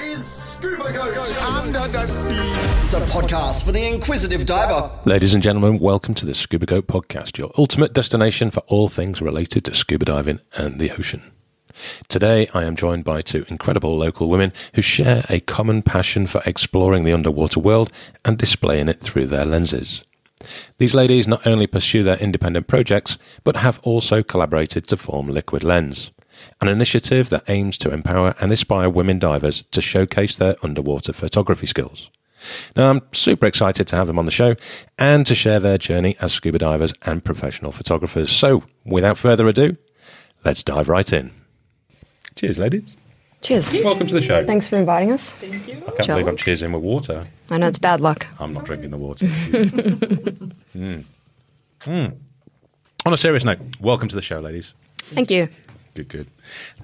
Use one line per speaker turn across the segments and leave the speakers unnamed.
is Scuba Goat
Under the sea.
the podcast for the inquisitive diver.
Ladies and gentlemen, welcome to the Scuba Goat Podcast, your ultimate destination for all things related to scuba diving and the ocean. Today, I am joined by two incredible local women who share a common passion for exploring the underwater world and displaying it through their lenses. These ladies not only pursue their independent projects, but have also collaborated to form Liquid Lens, an initiative that aims to empower and inspire women divers to showcase their underwater photography skills. Now, I'm super excited to have them on the show and to share their journey as scuba divers and professional photographers. So, without further ado, let's dive right in. Cheers, ladies.
Cheers.
Welcome to the show.
Thanks for inviting us.
I can't believe I'm cheersing with water.
I know it's bad luck.
I'm not drinking the water. Mm. Mm. On a serious note, welcome to the show, ladies.
Thank you.
Good, good.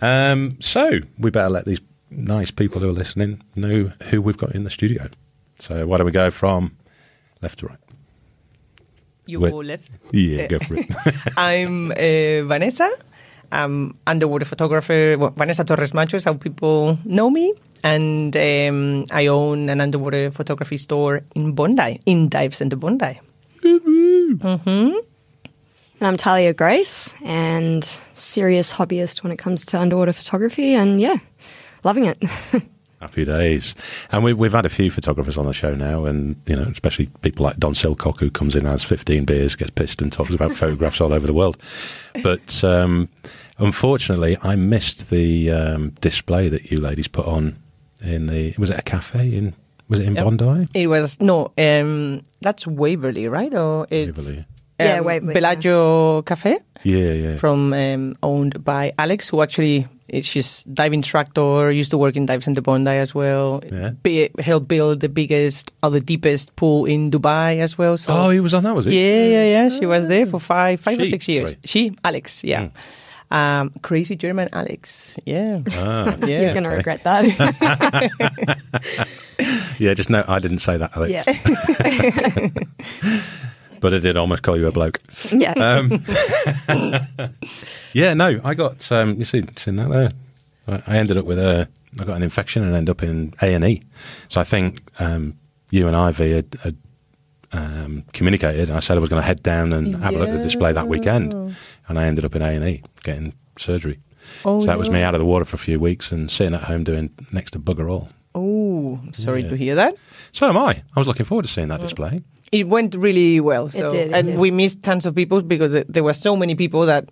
Um, so we better let these nice people who are listening know who we've got in the studio. So why don't we go from left to right?
You
Wait.
all left.
Yeah, go for it.
I'm uh, Vanessa. I'm underwater photographer. Well, Vanessa Torres Macho is how people know me. And um, I own an underwater photography store in Bondi, in Dive Center Bondi.
And I'm Talia Grace and serious hobbyist when it comes to underwater photography and yeah, loving it.
Happy days. And we, we've had a few photographers on the show now, and, you know, especially people like Don Silcock, who comes in, has 15 beers, gets pissed, and talks about photographs all over the world. But um, unfortunately, I missed the um, display that you ladies put on in the. Was it a cafe in. Was it in
Yep.
Bondi?
It was, no, um, that's Waverly, right? Or it's, um,
Waverley.
Yeah, Waverley, yeah.
Bellagio Cafe.
Yeah, yeah.
from um, owned by Alex, who actually is she's dive instructor, used to work in dives in the Bondi as well.
Yeah.
Be, helped build the biggest or the deepest pool in Dubai as well. So
oh, he was on that, was he?
yeah, yeah, yeah. She was there for five, five or
She,
six years.
sorry.
She, Alex, yeah. Um, crazy German Alex, yeah,
Ah.
yeah.
You're going to regret that.
Yeah, just no, I didn't say that, Alex.
yeah.
But I did almost call you a bloke.
Yeah.
Um, Yeah, no, I got um, you see, seen that there. I I ended up with a, I got an infection and ended up in A and E. So I think um, you and Ivy had, had um, communicated, and I said I was going to head down and have a look at the display that weekend, and I ended up in A and E getting surgery.
Oh,
so that was
no.
me out of the water for a few weeks and sitting at home doing next to bugger all.
Oh, sorry
Yeah.
to hear that.
So am I. I was looking forward to seeing that display.
It went really well, so
did, it
and
did.
we missed tons of people because th- there were so many people that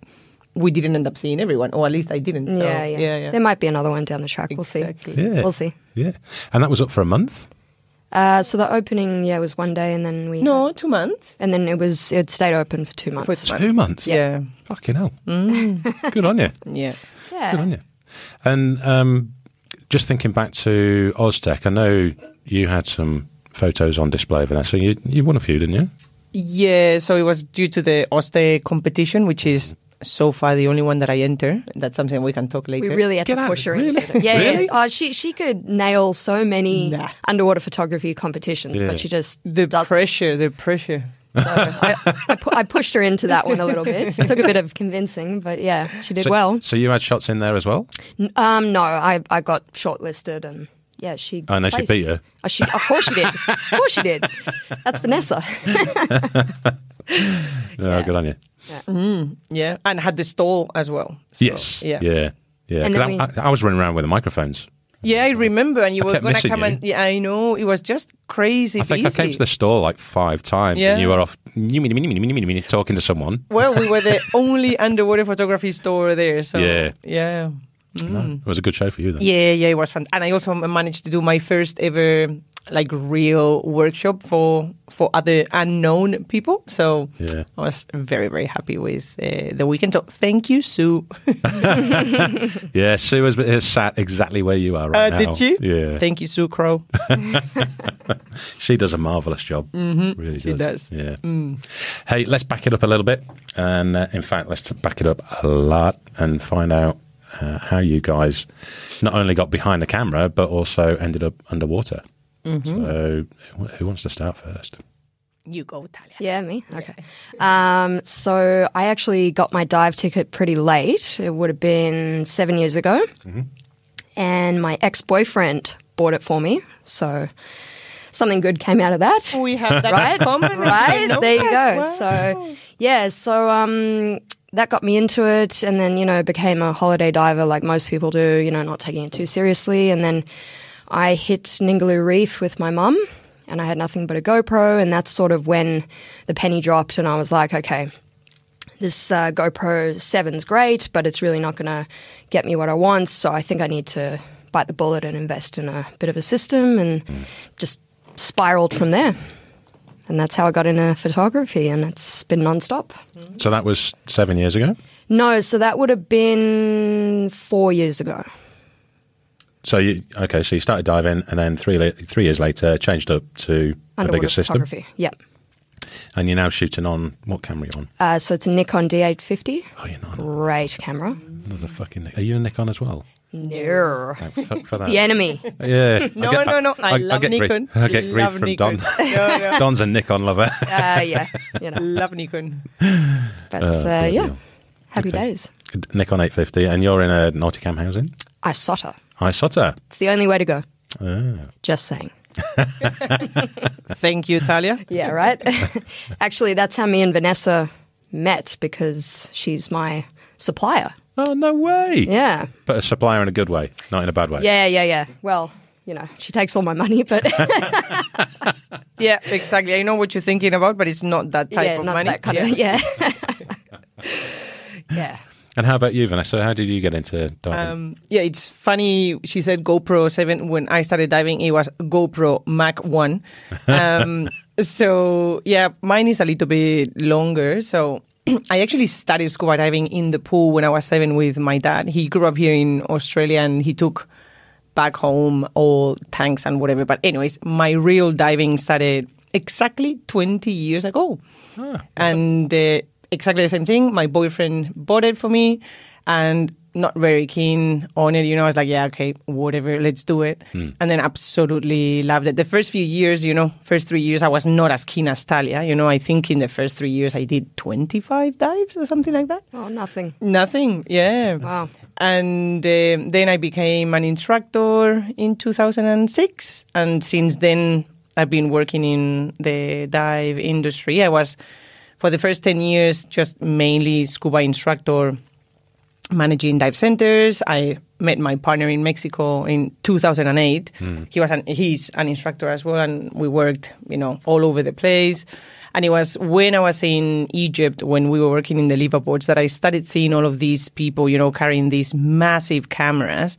we didn't end up seeing everyone, or at least I didn't. So,
yeah, yeah,
Oh, yeah, yeah.
There might be another one down the track. We'll see.
Exactly.
Yeah,
We'll see.
Yeah, and that was up for a month.
Uh, so the opening, yeah, was one day and then we.
No, two months.
And then it was, it stayed open for two months.
two
Two months.
Yeah. Mm.
Fucking hell. Good on you.
Yeah.
Good on
Yeah.
you. And um, just thinking back to Oztec, I know you had some photos on display, Vanessa. You you won a few, didn't you?
Yeah. So it was due to the Oste competition, which is so far the only one that I enter. That's something we can talk later.
We really had
Get
to
out.
push her
Really?
into it. Yeah,
Really?
yeah. Oh, she she could nail so many
Nah.
underwater photography competitions,
Yeah.
but she just
the
doesn't.
pressure, the pressure.
So I, I, pu- I pushed her into that one a little bit. Took a bit of convincing, but yeah, she did
so,
well.
So you had shots in there as well?
N- Um, no, I, I got shortlisted and yeah, she.
I know she
placed-
beat Uh, you.
Oh, she, of course she did. Of course she did. That's Vanessa.
Oh,
Yeah.
Uh, good on you.
Yeah. And had the stall as well. So,
yes.
Yeah.
Yeah. Yeah.
And
'Cause I,
then
I, I was running around with the microphones.
Yeah, I remember. And you
I
were
kept
going to
missing
come
you.
and. Yeah, I know. It was just crazy.
I think I came
busy.
to the store like five times
Yeah.
and you were off talking to someone.
Well, we were the only underwater photography store there. So,
Yeah.
Yeah.
It was a good show for you then.
Yeah, yeah, it was fun, and I also managed to do my first ever like real workshop for for other unknown people. So
Yeah.
I was very very happy with uh, the weekend. So thank you, Sue.
Yeah, Sue has, has sat exactly where you are
Uh,
right now.
did you?
Yeah.
Thank you, Sue Crow.
She does a marvelous job. Mm-hmm. Really
She
does.
does.
Yeah. Hey, let's back it up a little bit, and uh, in fact, let's back it up a lot and find out uh, how you guys not only got behind the camera but also ended up underwater. So, wh- who wants to start first?
you go, Talia.
Yeah, me. Okay. Um, so I actually got my dive ticket pretty late. It would have been seven years ago. And my ex boyfriend bought it for me. So something good came out of that.
We have that
right?
in common.
right?
No
There you
bad.
go.
Wow.
So, yeah, so um, that got me into it, and then you know became a holiday diver like most people do. You know, not taking it too seriously, and then I hit Ningaloo Reef with my mum, and I had nothing but a GoPro, and that's sort of when the penny dropped, and I was like, okay. This uh, GoPro 7's great, but it's really not going to get me what I want. So I think I need to bite the bullet and invest in a bit of a system and just spiraled from there and that's how I got into photography, and it's been nonstop.
So that was seven years ago.
No, so that would have been four years ago.
So you okay? So you started diving, and then three la- three years later, changed up to a
Underwater
bigger system,
photography. Yep.
and you're now shooting on what camera you on?
Uh, so it's a Nikon D850.
Oh, you're not
Great camera.
another fucking. Nic- Are you a Nikon as well?
No.
Like, fuck for that.
The enemy.
Yeah.
No, no, no. I, love
get grief-
Nikon.
I get grief
love
from
Nikon.
Don.
no, no.
Don's a Nikon lover.
Uh, yeah. You know.
love Nikon.
But
Uh,
uh, yeah,
deal.
happy
Okay.
days.
Nikon 850, and you're in a Nauticam housing.
I sotter.
Isotta.
It's the only way to go.
Ah.
Just saying.
Thank you, Talia.
Yeah, right? Actually, that's how me and Vanessa met because she's my supplier.
Oh no way!
Yeah.
But a supplier in a good way, not in a bad way.
Yeah, yeah, yeah. Well, you know, she takes all my money, but.
Yeah, exactly. I know what you're thinking about, but it's not that type
yeah,
of
not
money.
that kind of yeah. yeah.
And how about you, Vanessa? How did you get into diving?
Um, yeah, it's funny. She said GoPro 7. When I started diving, it was GoPro Mac 1. Um, so, yeah, mine is a little bit longer. So, I actually started scuba diving in the pool when I was seven with my dad. He grew up here in Australia and he took back home all tanks and whatever. But, anyways, my real diving started exactly 20 years ago and uh, exactly the same thing. My boyfriend bought it for me, and not very keen on it. You know, I was like, yeah, okay, whatever, let's do it. And then absolutely loved it. The first few years, you know, first three years, I was not as keen as Talia. You know, I think in the first three years, I did twenty five dives or something like that.
Oh, nothing.
Nothing. Yeah.
Wow.
And um then I became an instructor in 2006. And since then, I've been working in the dive industry. I was, for the first 10 years, just mainly scuba instructor managing dive centers. I met my partner in Mexico in 2008. He was an, he's an instructor as well, and we worked, you know, all over the place. And it was when I was in Egypt, when we were working in the liverboards, that I started seeing all of these people, you know, carrying these massive cameras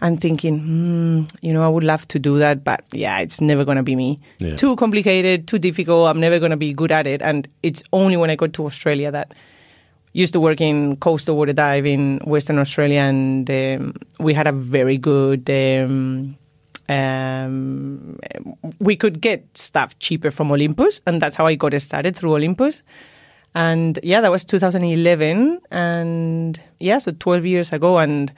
and thinking, hmm, you know, I would love to do that, but yeah, it's never going to be me.
Yeah.
Too complicated, too difficult. I'm never going to be good at it. And it's only when I got to Australia that used to work in coastal water dive in Western Australia, and um, we had a very good. Um, um, we could get stuff cheaper from Olympus, and that's how I got started through Olympus. And yeah, that was 2011, and yeah, so 12 years ago. And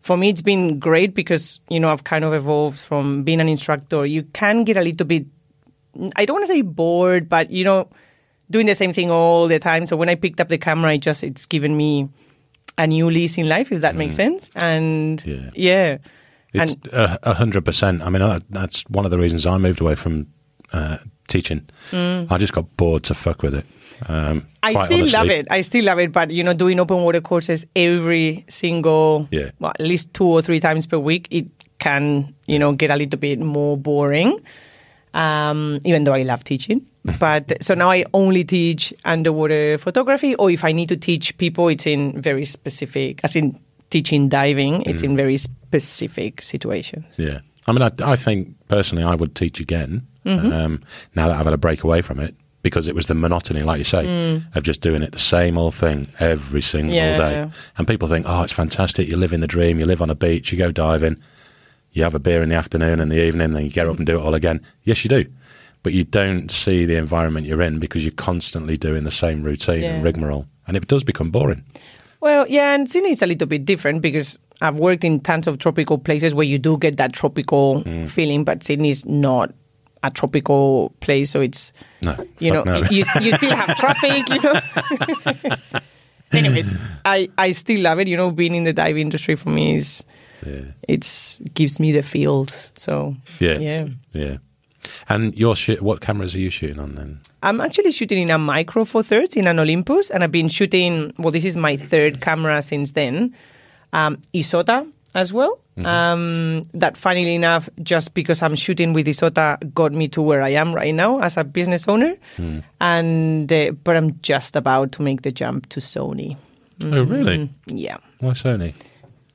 for me, it's been great because you know I've kind of evolved from being an instructor. You can get a little bit I don't want to say bored, but you know, doing the same thing all the time. So when I picked up the camera, it just it's given me a new lease in life, if that makes sense. And
Yeah.
yeah,
It's
and
a a hundred percent. I mean, I, that's one of the reasons I moved away from uh, teaching. I just got bored to fuck with it. Um,
Mm. I
quite
still love
honestly.
it. I still love it. But you know, doing open water courses every single,
Yeah.
well, at least two or three times per week, it can you know get a little bit more boring. Um, even though I love teaching, but so now I only teach underwater photography, or if I need to teach people, it's in very specific, as in teaching diving, it's
Mm.
in very specific situations.
Yeah. I mean, I, I think personally, I would teach again
Mm-hmm.
um, now that I've had a break away from it because it was the monotony, like you say, of just doing it the same old thing every single
Mm. Yeah.
day. And people think, oh, it's fantastic. You live in the dream. You live on a beach. You go diving. You have a beer in the afternoon and the evening, then you get up and do it all again. Yes, you do. But you don't see the environment you're in because you're constantly doing the same routine and
Yeah.
rigmarole. And it does become boring.
Well, yeah, and Sydney is a little bit different because I've worked in tons of tropical places where you do get that tropical
Mm.
feeling, but Sydney is not a tropical place, so it's
No.
you know
fuck no.
you, you still have traffic. You know. Anyways, I I still love it. You know, being in the dive industry for me is
Yeah.
it's gives me the field. So
Yeah.
yeah.
Yeah. And your shoot, what cameras are you shooting on then?
I'm actually shooting in a micro four thirds in an Olympus, and I've been shooting. Well, this is my third camera since then. Um, Isota as well. Um, that, funnily enough, just because I'm shooting with Isota, got me to where I am right now as a business owner. And uh, but I'm just about to make the jump to Sony. Mm.
Oh, really?
Yeah.
Why Sony?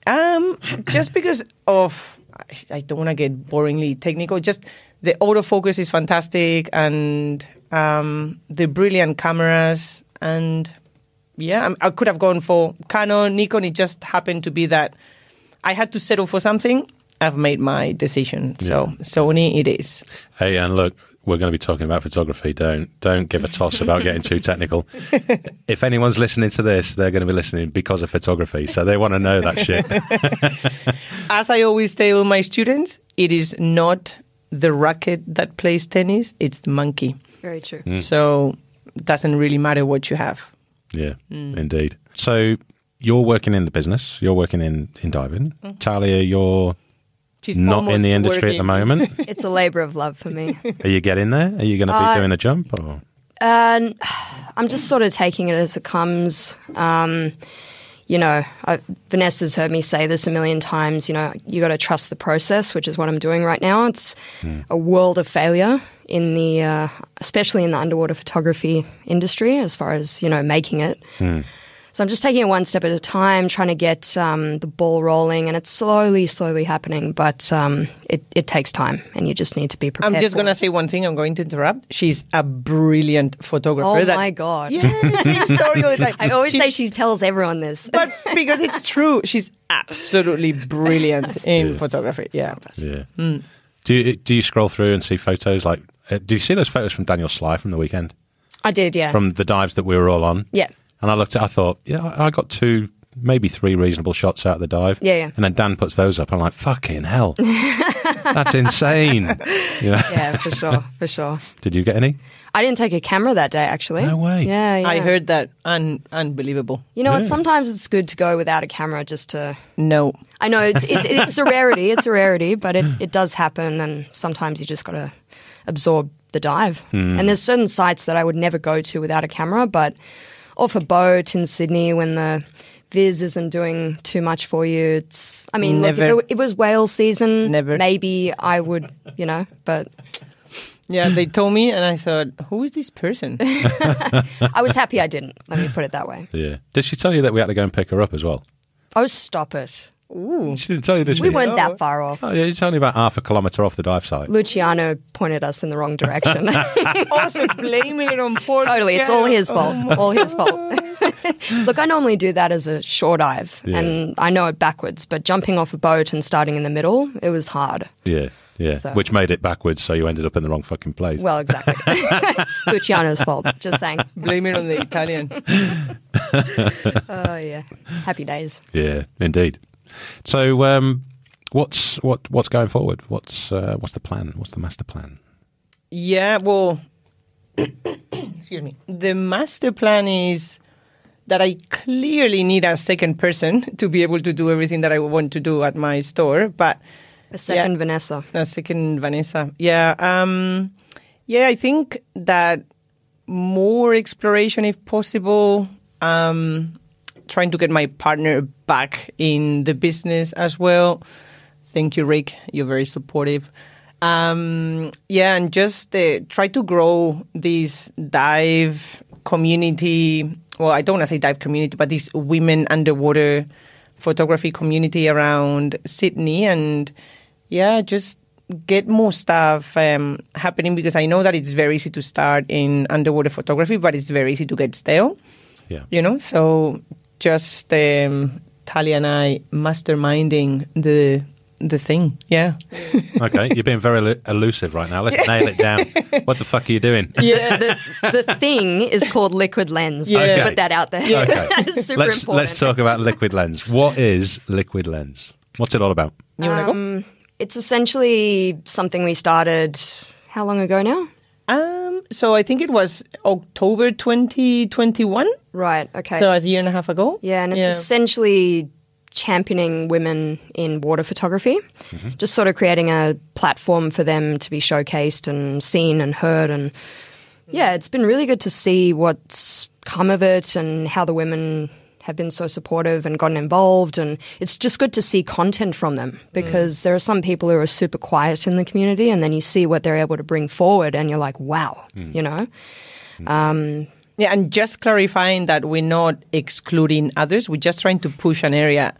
Um, just because of I- I don't want to get boringly technical. Just the autofocus is fantastic, and um, the brilliant cameras, and yeah, I'm- I could have gone for Canon, Nikon. It just happened to be that I had to settle for something. I've made my decision, so Sony it is.
Hey, and look, we're going to be talking about photography. Don't don't give a toss about getting too technical. if anyone's listening to this, they're going to be listening because of photography, so they want to know that shit.
As I always tell my students, it is not the racket that plays tennis; it's the monkey.
Very true.
So doesn't really matter what you have.
yeah,
Mm.
indeed. So you're working in the business. You're working in in diving. Talia, you're
She's
not in
Mm-hmm. almost
the industry at the
working.
moment.
It's a labor of love for me.
Are you getting there? Are you going to be
Uh,
doing a jump or?
And I'm just sort of taking it as it comes. Um, you know, I, Vanessa's heard me say this a million times. You know, you got to trust the process, which is what I'm doing right now. It's a world of failure in the, uh, especially in the underwater photography industry, as far as you know, making it. So I'm just taking it one step at a time, trying to get um, the ball rolling, and it's slowly, slowly happening. But um, it, it takes time, and you just need to be prepared.
I'm just
for
going to
it.
say one thing. I'm going to interrupt. She's a brilliant photographer.
Oh
that-
my God.
Yeah, same story all the time.
I always say she tells everyone this.
But because it's true, she's absolutely brilliant in
Yes.
photography. Yeah.
Yeah.
hmm.
Do you do you scroll through and see photos like? Uh, do you see those photos from Daniel Sly from the weekend
I did, yeah.
from the dives that we were all on?
Yeah.
And I looked at, I thought, yeah, I I got two, maybe three reasonable shots out of the dive.
Yeah, yeah.
And then Dan puts those up. I'm like, fucking hell, that's insane. You know?
yeah, for sure, for sure.
Did you get any?
I didn't take a camera that day, actually.
No way.
Yeah, yeah.
I heard that. Un- unbelievable.
You know what?
Yeah.
Sometimes it's good to go without a camera just to.
No.
I know it's it's, it's a rarity. It's a rarity, but it, it does happen, and sometimes you just got to absorb the dive.
Hmm.
And there's certain sites that I would never go to without a camera, but off a boat in Sydney when the viz isn't doing too much for you. It's. I mean, look, if
Never.
it, it was whale season.
Never.
Maybe I would, you know, but
Yeah, they told me, and I thought, who is this person?
I was happy I didn't. Let me put it that way.
Yeah. Did she tell you that we had to go and pick her up as well?
Oh, stop it.
She didn't tell you, did she?
We weren't that far off.
Oh, yeah, it's only about half a kilometre off the dive site.
Luciano pointed us in the wrong direction.
also blaming it on poor.
totally. It's all his fault. All his fault. Look, I normally do that as a shore dive
Yeah.
and I know it backwards, but jumping off a boat and starting in the middle, it was hard.
Yeah, yeah.
So-
Which made it backwards, so you ended up in the wrong fucking place.
Well, exactly. Luciano's fault. Just saying.
Blame it on the Italian.
Oh, yeah. Happy days.
Yeah, indeed. So, um, what's what what's going forward? What's uh, what's the plan? What's the master plan?
Yeah, well, excuse me. The master plan is that I clearly need a second person to be able to do everything that I want to do at my store, but
A second Vanessa.
a second Vanessa. Yeah, um, yeah, I think that more exploration if possible. Um, trying to get my partner back in the business as well. Thank you, Rick. You're very supportive. Um, yeah, and just uh, try to grow this dive community. Well, I don't want to say dive community, but this women underwater photography community around Sydney. And yeah, just get more stuff um, happening because I know that it's very easy to start in underwater photography, but it's very easy to get stale
Yeah,
you know so just um talia and i masterminding the the thing yeah
Okay, you're being very elu- elusive right now. Let's nail it down. What the fuck are you doing?
The, the, the thing is called liquid lens. Just
Yeah.
to put that out there.
Okay.
That is super
let's
important.
let's talk about liquid lens. What is liquid lens? What's it all about?
you want to
It's essentially something we started how long ago now?
go um so i think it was october 2021
Right, okay.
so a year and a half ago
yeah, and it's essentially championing women in water photography, just sort of creating a platform for them to be showcased and seen and heard. And yeah, it's been really good to see what's come of it and how the women have been so supportive and gotten involved. And it's just good to see content from them because there are some people who are super quiet in the community, and then you see what they're able to bring forward, and you're like, wow, you know?
Yeah, and just clarifying that we're not excluding others. We're just trying to push an area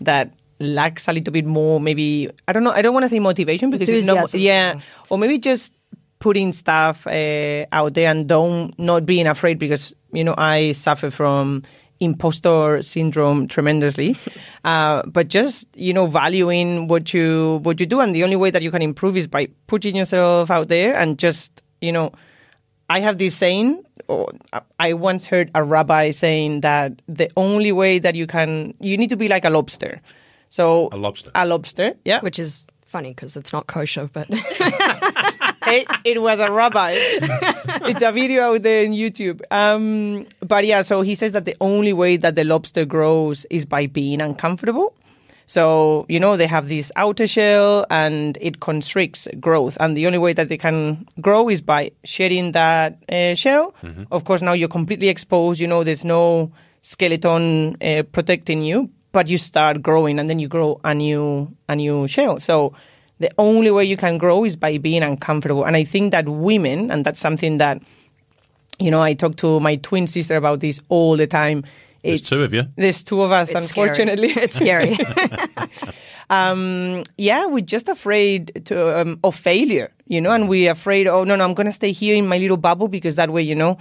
that lacks a little bit more, maybe, I don't know, I don't want to say motivation because it's
Enthusiasm.
not, yeah, or maybe just putting stuff uh, out there and don't, not being afraid because, you know, I suffer from impostor syndrome tremendously uh, but just you know valuing what you what you do and the only way that you can improve is by putting yourself out there and just you know I have this saying, or I- I once heard a rabbi saying that the only way that you can, you need to be like a lobster. So
A lobster.
a lobster, yeah.
which is funny because it's not kosher, but
it, it was a rabbi. it's a video out there on YouTube. Um, but yeah, so he says that the only way that the lobster grows is by being uncomfortable. So, you know, they have this outer shell and it constricts growth. And the only way that they can grow is by shedding that uh, shell. Of course, now you're completely exposed. You know, there's no skeleton uh, protecting you, but you start growing and then you grow a new, a new shell. So, the only way you can grow is by being uncomfortable. And I think that women, and that's something that, you know, I talk to my twin sister about this all the time.
There's
It's,
two of you.
there's two of us,
it's scary.
unfortunately.
it's scary.
yeah, we're just afraid to, um, of failure, you know, and we're afraid, oh, no, no, I'm going to stay here in my little bubble because that way, you know,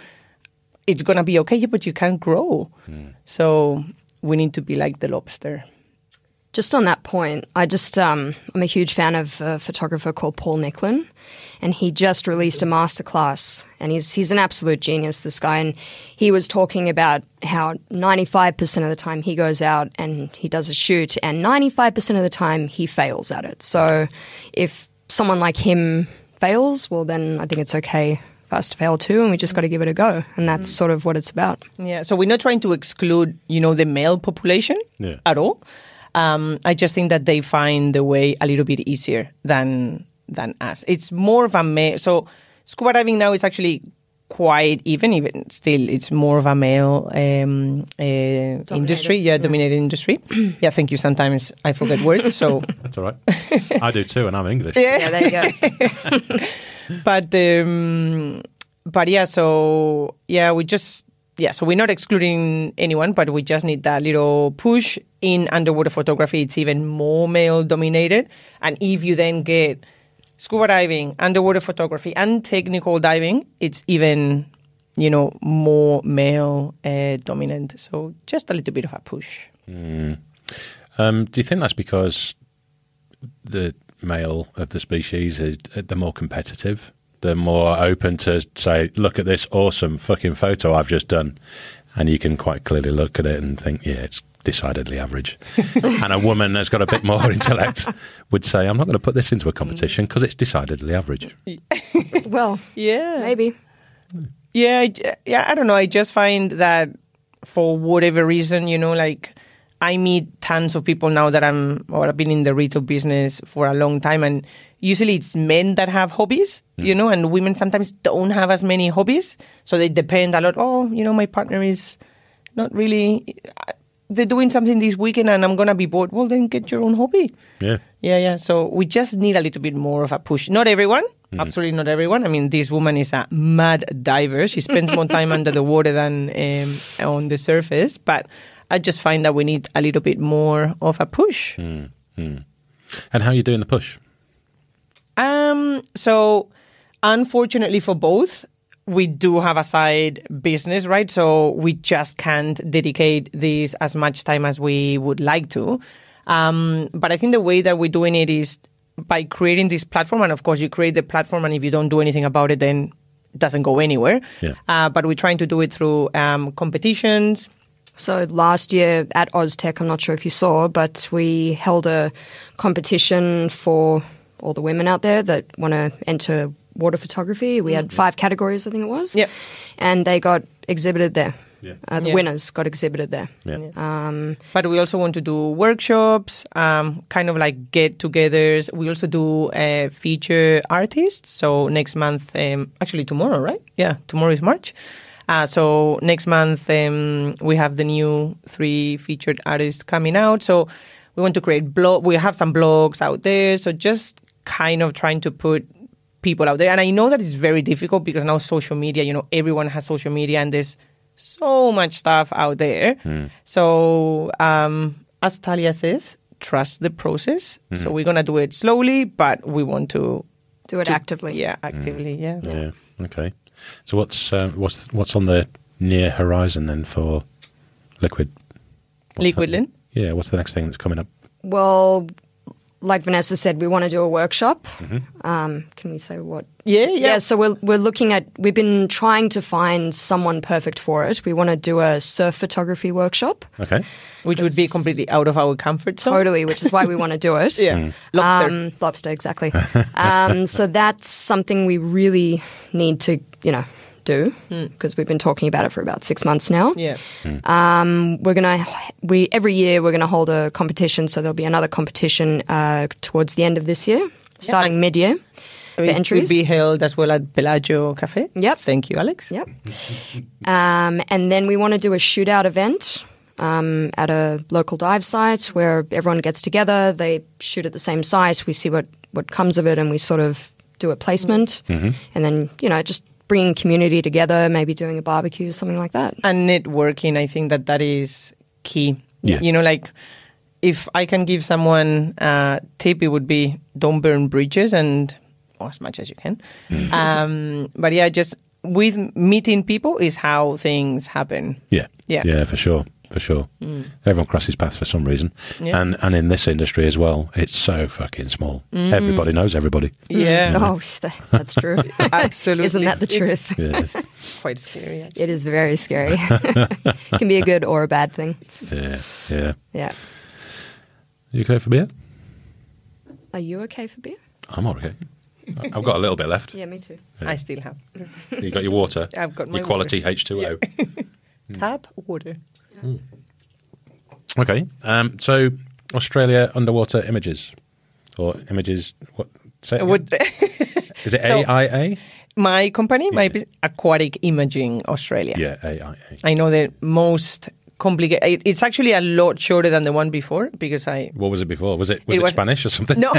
it's going to be okay, yeah, but you can't grow.
Hmm.
So we need to be like the lobster.
just on that point, I just um, I'm a huge fan of a photographer called Paul Nicklin, and he just released a masterclass, and he's he's an absolute genius. This guy, and he was talking about how 95 percent of the time he goes out and he does a shoot, and 95 percent of the time he fails at it. So if someone like him fails, well, then I think it's okay for us to fail too, and we just got to give it a go, and that's sort of what it's about.
Yeah, so we're not trying to exclude, you know, the male population
Yeah.
at all. Um, I just think that they find the way a little bit easier than than us. It's more of a male. So scuba diving now is actually quite even, even still, it's more of a male um, uh, industry. Yeah, dominated industry. yeah, thank you. Sometimes I forget words. So
That's all right. I do too, and I'm English.
Yeah, there you go.
but um, but yeah, so yeah, we just yeah, so we're not excluding anyone, but we just need that little push in underwater photography. It's even more male dominated, and if you then get scuba diving, underwater photography, and technical diving, it's even you know more male uh, dominant. So just a little bit of a push.
Um, do you think that's because the male of the species is the more competitive, the more open to say, "Look at this awesome fucking photo I've just done," and you can quite clearly look at it and think, "Yeah, it's decidedly average." and a woman that's got a bit more intellect would say, "I'm not going to put this into a competition because it's decidedly average."
Well,
Yeah,
maybe.
Yeah, I j- yeah, I don't know. I just find that for whatever reason, you know, like I meet tons of people now that I'm or I've been in the retail business for a long time, and usually it's men that have hobbies, you know, and women sometimes don't have as many hobbies, so they depend a lot. Oh, you know, my partner is not really. uh, They're doing something this weekend, and I'm gonna be bored. Well, then get your own hobby.
Yeah.
Yeah, yeah. So we just need a little bit more of a push. Not everyone, absolutely not everyone. I mean, this woman is a mad diver. She spends more time under the water than um, on the surface. But I just find that we need a little bit more of a push.
And how are you doing the push?
Um, so unfortunately for both, we do have a side business, right? So we just can't dedicate this as much time as we would like to. Um, but I think the way that we're doing it is by creating this platform. And of course, you create the platform, and if you don't do anything about it, then it doesn't go anywhere.
Yeah.
Uh, but we're trying to do it through um, competitions.
So last year at OzTech, I'm not sure if you saw, but we held a competition for all the women out there that want to enter water photography. We had five categories, I think it was.
Mm. Yep.
And they got exhibited there.
Yeah.
Uh, the
Yeah.
winners got exhibited there.
Yeah.
Um,
But we also want to do workshops, um, kind of like get togethers. We also do uh, feature artists. So next month, um, actually tomorrow, right? Yeah, tomorrow is March. Uh, so next month, um, we have the new three featured artists coming out. So we want to create blog. We have some blogs out there. So just kind of trying to put people out there. And I know that it's very difficult because now social media, you know, everyone has social media and there's so much stuff out there. So, um, as Talia says, trust the process. So we're going to do it slowly, but we want to.
do it
to-
actively.
Yeah, actively. Yeah.
Yeah. Okay. So what's um, what's what's on the near horizon then for Liquid? What's
Liquid
that-
Lin?
Yeah. What's the next thing that's coming up?
Well, like Vanessa said, we want to do a workshop. Um, can we say what?
Mm-hmm. Yeah, yeah.
So we're we're looking at. We've been trying to find someone perfect for it. We want to do a surf photography workshop,
Okay.
Which would be completely out of our comfort zone.
totally, which is why we want to do it.
Yeah. Lobster.
Um, lobster, exactly. um, so that's something we really need to, you know, do because we've been talking about it for about six months now.
Hmm. yeah.
We're gonna we every year we're gonna hold a competition, so there'll be another competition uh, towards the end of this year, starting mid year. The
It
entries.
would be held as well at Bellagio Cafe.
Yep.
Thank you, Alex.
Yep. um, and then we want to do a shootout event um, at a local dive site where everyone gets together. They shoot at the same site. We see what, what comes of it, and we sort of do a placement, and then you know just bringing community together. Maybe doing a barbecue, something like that.
and networking i think that that is key
Yeah.
you know like if i can give someone a tip it would be don't burn bridges and or as much as you can
Mm.
um, but yeah just with meeting people is how things happen
Yeah.
Yeah. Mm.
Yeah, for sure. For sure. Everyone crosses paths for some reason.
Yeah.
And and in this industry as well, it's so fucking small. Everybody knows everybody.
Mm. yeah
Oh, that- that's true.
absolutely
Isn't that the truth?
Yeah.
it's quite scary actually.
It is very scary. Can be a good or a bad thing.
yeah. Yeah.
Yeah.
You okay for beer?
Are you okay for beer?
I'm all right. I've got a little bit left.
Yeah, me too.
i still have
You got your water.
I've got my
your quality H2O. Mm.
tap water
Okay. Um, so Australia underwater images or images. What say? it
Would-
again? Is it
So-
AIA?
my company my
Yeah.
bus- aquatic imaging australia
Yeah, AIA.
I know the most complicated. It's actually a lot shorter than the one before because I.
What was it before? Was it was
It
it,
was-
Spanish or something?
No,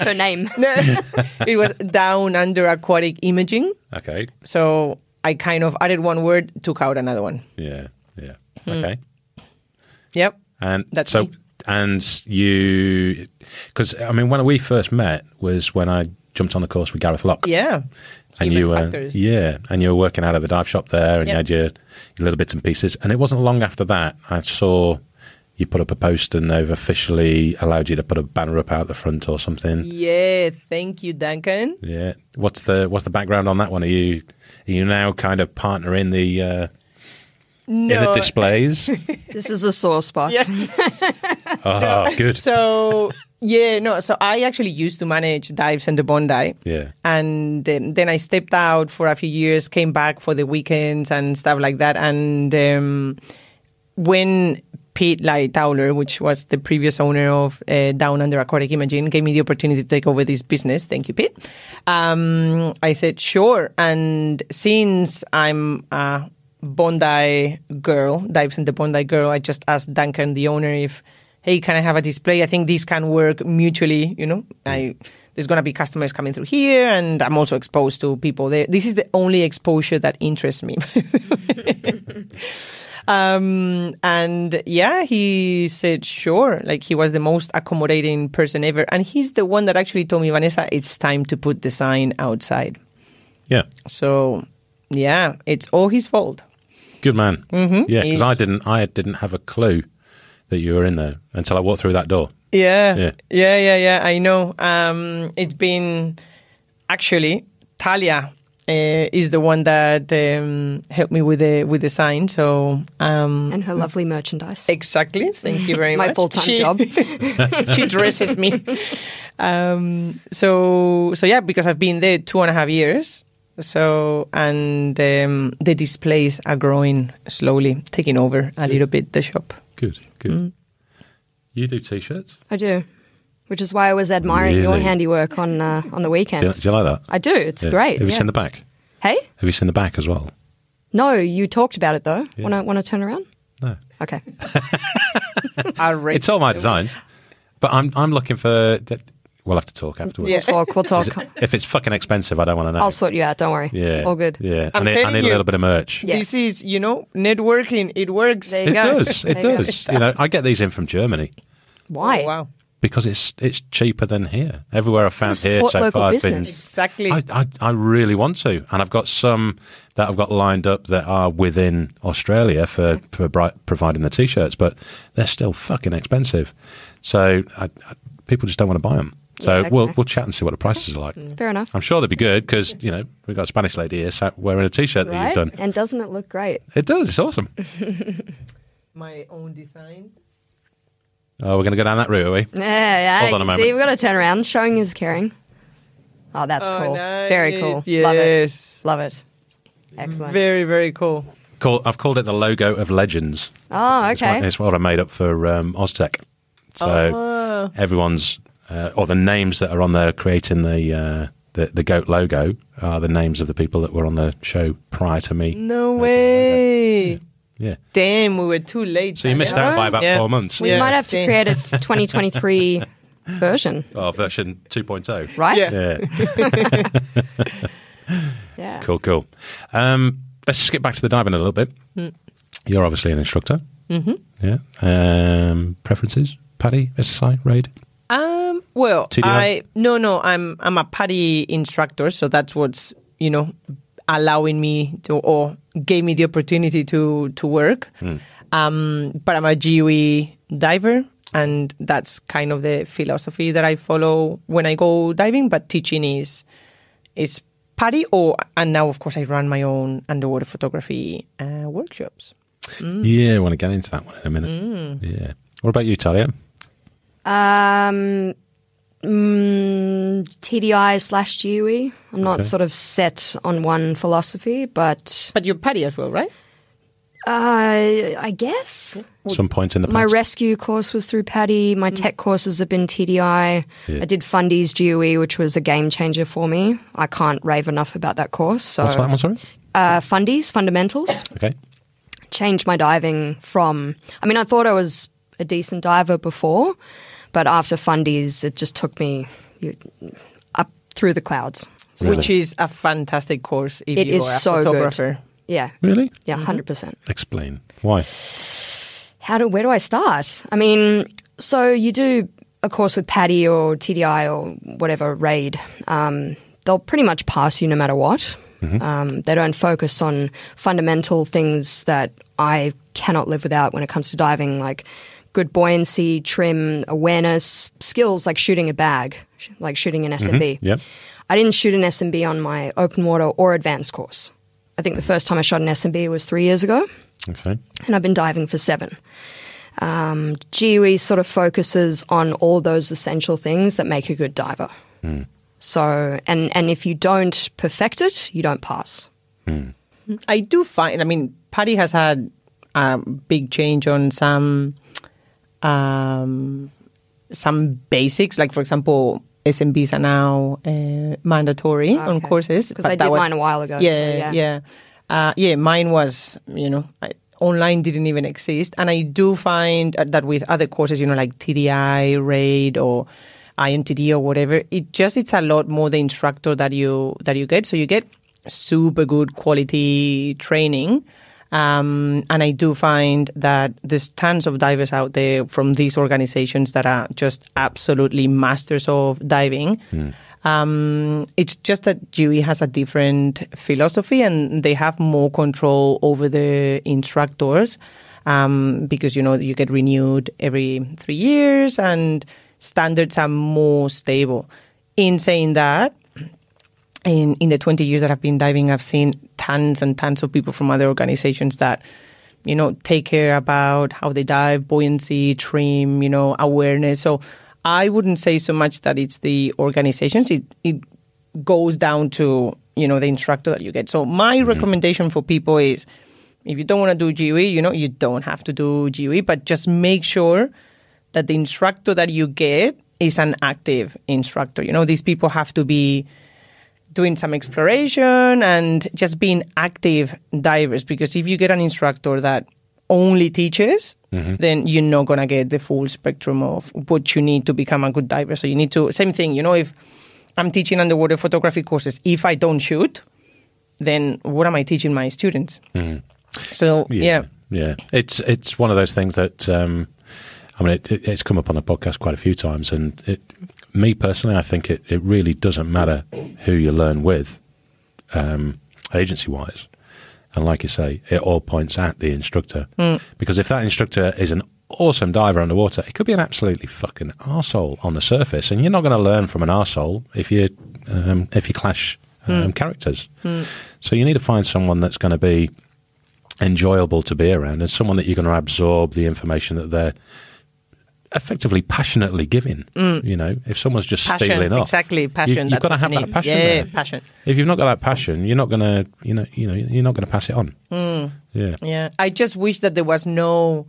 Her name.
no. it was down under aquatic imaging.
Okay.
So I kind of added one word, took out another one.
Yeah. Yeah. Okay.
Yep.
And
Hmm. That's
so
me.
and you because I mean when we first met was when I jumped on the course with Gareth Locke.
Yeah.
And
Human
you were
factors.
yeah, and you were working out of the dive shop there, and you
Yeah.
had your, your little bits and pieces. And it wasn't long after that I saw you put up a post, and they've officially allowed you to put a banner up out the front or something.
Yeah. Thank you, Duncan.
Yeah, what's the what's the background on that one? Are you are you now kind of partnering the uh, in the
No.
displays?
This is a sore spot.
oh, good.
So yeah, no. So I actually used to manage dives in the Bondi.
Yeah.
And um, then I stepped out for a few years, came back for the weekends and stuff like that. And um, when Pete Lightowler, which was the previous owner of uh, Down Under Aquatic Imaging, gave me the opportunity to take over this business, thank you, Pete. Um, I said sure. And since I'm a Bondi girl, dives in the Bondi girl, I just asked Duncan, the owner, if hey, can I have a display? I think these can work mutually. You know, I there's gonna be customers coming through here, and I'm also exposed to people there. This is the only exposure that interests me. um, and yeah, he said sure. Like he was the most accommodating person ever, and he's the one that actually told me, Vanessa, it's time to put the sign outside.
Yeah,
So yeah, it's all his fault.
good man. Mm-hmm. Yeah, because I
He's-
didn't I didn't have a clue that you were in there until I walked through that door.
Yeah.
Yeah.
Yeah, yeah, yeah, I know. Um, it's been actually Talia uh, is the one that um, helped me with the with the sign. So um,
And her lovely merchandise.
exactly, thank you very much.
My full time
She-
job.
she dresses me. Um, so so yeah, because I've been there two and a half years. So, and um, the displays are growing slowly, taking over a little bit the shop.
Good, good.
Mm.
You do t-shirts?
I do, which is why I was admiring your
Really?
handiwork on uh, on the weekend.
Do you, do you like that?
I do. It's
Yeah.
great.
Have you
yeah.
seen the back?
hey?
Have you seen the back as well?
No, you talked about it though.
Yeah.
Want to want to turn around?
No.
Okay.
All right.
It's all my designs, but I'm I'm looking for. That, we'll have to talk afterwards.
Yeah.
We'll talk. We'll talk.
Is it- if it's fucking expensive, I don't want to know.
I'll sort you out. Don't worry.
yeah,
All good.
Yeah, I
I'm
need, I
telling
need a
you.
little bit of merch.
Yeah.
This is, you know, networking. It works.
There you
It
go.
does. It
There you go.
does. You know, I get these in from Germany
Why?
Oh, wow.
because it's it's cheaper than here. Everywhere I've found here
Support
so
local
far has been
business.
Exactly.
I, I, I really want to, and I've got some that I've got lined up that are within Australia for, for bri- providing the t-shirts, but they're still fucking expensive. So I, I, people just don't want to buy them. So
Yeah,
we'll
okay. Mm.
we'll chat and see what the prices are like.
Fair enough.
I'm sure they'll be good because you know we've got a Spanish lady here sat wearing a t-shirt that
right?
you've done.
And doesn't it look great?
It does. It's awesome.
My own design.
oh, we're going to go down that route, are we?
Yeah, yeah.
Hold on
you
a
See,
moment.
we've got to turn around. Showing is caring. Oh, that's cool. Very cool. Love it.
Yes.
Love it. Excellent.
Very, very cool.
Call, I've called it the logo of legends.
oh,
It's what-
okay.
It's what, I made up for um, Oztec. So
Oh.
everyone's uh, or the names that are on there creating the, uh, the the goat logo are the names of the people that were on the show prior to me.
Mm.
No
making the logo.
way.
Yeah.
Damn, we were too late.
So you missed
Daniel.
out by about
Yeah.
four months.
We
Yeah.
might have to
Dang.
create a 2023 version,
Oh, version 2.0.
right?
Yeah.
Yeah.
Yeah.
cool, cool. Um, let's skip back to the diving a little bit.
Hmm.
You're obviously an instructor. Mm-hmm. Yeah. Um, preferences? Paddy, SSI, raid?
Um, well,
TDI?
I no, no, I'm I'm a party instructor, so that's what's you know allowing me to or gave me the opportunity to to work. Um, but I'm a GUE diver, and that's kind of the philosophy that I follow when I go diving. But teaching is is party, or and now of course I run my own underwater photography uh, workshops.
Mm.
Yeah, I want to get into that one in a minute. Yeah. What about you, Talia?
Um, mm, TDI slash GUE. I'm not sort of set on one philosophy, but
But you're party as well, right?
uh, I guess
Some point in the past.
my rescue course was through Paddy.
Mm.
My tech courses have been TDI.
Yeah.
I did Fundy's GUE, E, which was a game changer for me. I can't rave enough about that course. So
What's that one, sorry?
Uh, Fundy's fundamentals.
Okay.
changed my diving from. I mean, I thought I was a decent diver before, but after fundies, it just took me you, up through the clouds. So,
Really?
Which is a fantastic course if
It
you
is
are a
so good.
photographer. Mm-hmm.
yeah,
Really?
yeah, 100%.
Explain. Why?
How do, where do I start? I mean, so you do a course with Paddy or TDI or whatever, RAID. Um, they'll pretty much pass you no matter what. Um, they don't focus on fundamental things that I cannot live without when it comes to diving, like good buoyancy, trim, awareness, skills like shooting a bag, sh- like shooting an SMB.
Yep.
I didn't shoot an SMB on my open water or advanced course. I think the first time I shot an SMB was three years ago
Okay.
and I've been diving for seven. Um, GUE sort of focuses on all those essential things that make a good diver. So, and, and if you don't perfect it, you don't pass.
I do find, I mean, Paddy has had a big change on some um, some basics. Like, for example, SMBs are now uh, mandatory on
Okay.
courses.
'Cause
but
I
that
did mine a while ago, so
Yeah,
yeah.
yeah. Uh, yeah, mine was, you know, I, online didn't even exist. And I do find uh, that with other courses, you know, like TDI, RAID, or INTD or whatever, it just it's a lot more the instructor that you that you get. So you get super good quality training. Um, and I do find that there's tons of divers out there from these organizations that are just absolutely masters of diving. Um, it's just that GUI has a different philosophy and they have more control over the instructors um, because, you know, you get renewed every three years and standards are more stable. In saying that, in in the 20 years that I've been diving, I've seen tons and tons of people from other organizations that, you know, take care about how they dive, buoyancy, trim, you know, awareness. So I wouldn't say so much that it's the organizations. It it goes down to you know the instructor that you get. So my recommendation for people is if you don't want to do GUE, you know you don't have to do GUE, but just make sure that the instructor that you get is an active instructor. You know these people have to be doing some exploration and just being active divers because if you get an instructor that only teaches
Mm-hmm.
then you're not going to get the full spectrum of what you need to become a good diver so you need to same thing you know if i'm teaching underwater photography courses if i don't shoot then what am i teaching my students so yeah
Mm-hmm. yeah. It's it's one of those things that um, I mean, it, it, it's come up on the podcast quite a few times, and it, me personally, I think it, it really doesn't matter who you learn with, um, agency wise, and like you say, it all points at the instructor
Hmm.
because if that instructor is an awesome diver underwater, it could be an absolutely fucking arsehole on the surface, and you're not going to learn from an arsehole if you um, if you clash
Hmm.
um, characters. So you need to find someone that's going to be enjoyable to be around and someone that you're going to absorb the information that they're effectively passionately giving. You know, if someone's just
Hmm. Passion,
stealing off,
exactly, passion,
you, have
that's
got to
what
have
you
that
need.
passion.
Yeah,
there.
passion.
If you've not got that passion, you're not going to, you know, you know, you're not going to pass it on.
Hmm.
Yeah.
Yeah, I just wish that there was no,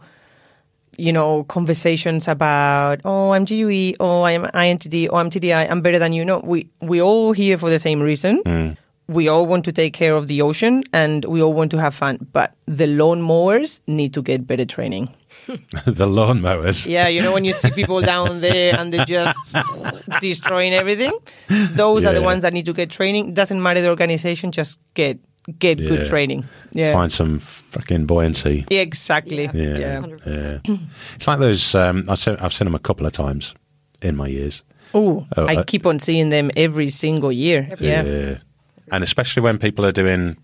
you know, conversations about oh I'm GUE, oh I'm INTD, oh I'm TDI, I'm better than you. No, we we all here for the same reason.
Mm.
We all want to take care of the ocean and we all want to have fun, but the lawnmowers need to get better training.
the lawnmowers.
Yeah, you know when you see people down there and they're just destroying everything. Those are the
Yeah.
ones that need to get training. Doesn't matter the organization, just get get
Yeah.
good training. Yeah,
Find some fucking buoyancy.
Yeah, exactly.
Yeah.
yeah.
100%.
Yeah. it's like those. Um, I've seen, I've seen them a couple of times in my years.
Ooh,
Oh,
I
I-
keep on seeing them every single year. Yeah.
And especially when people are doing,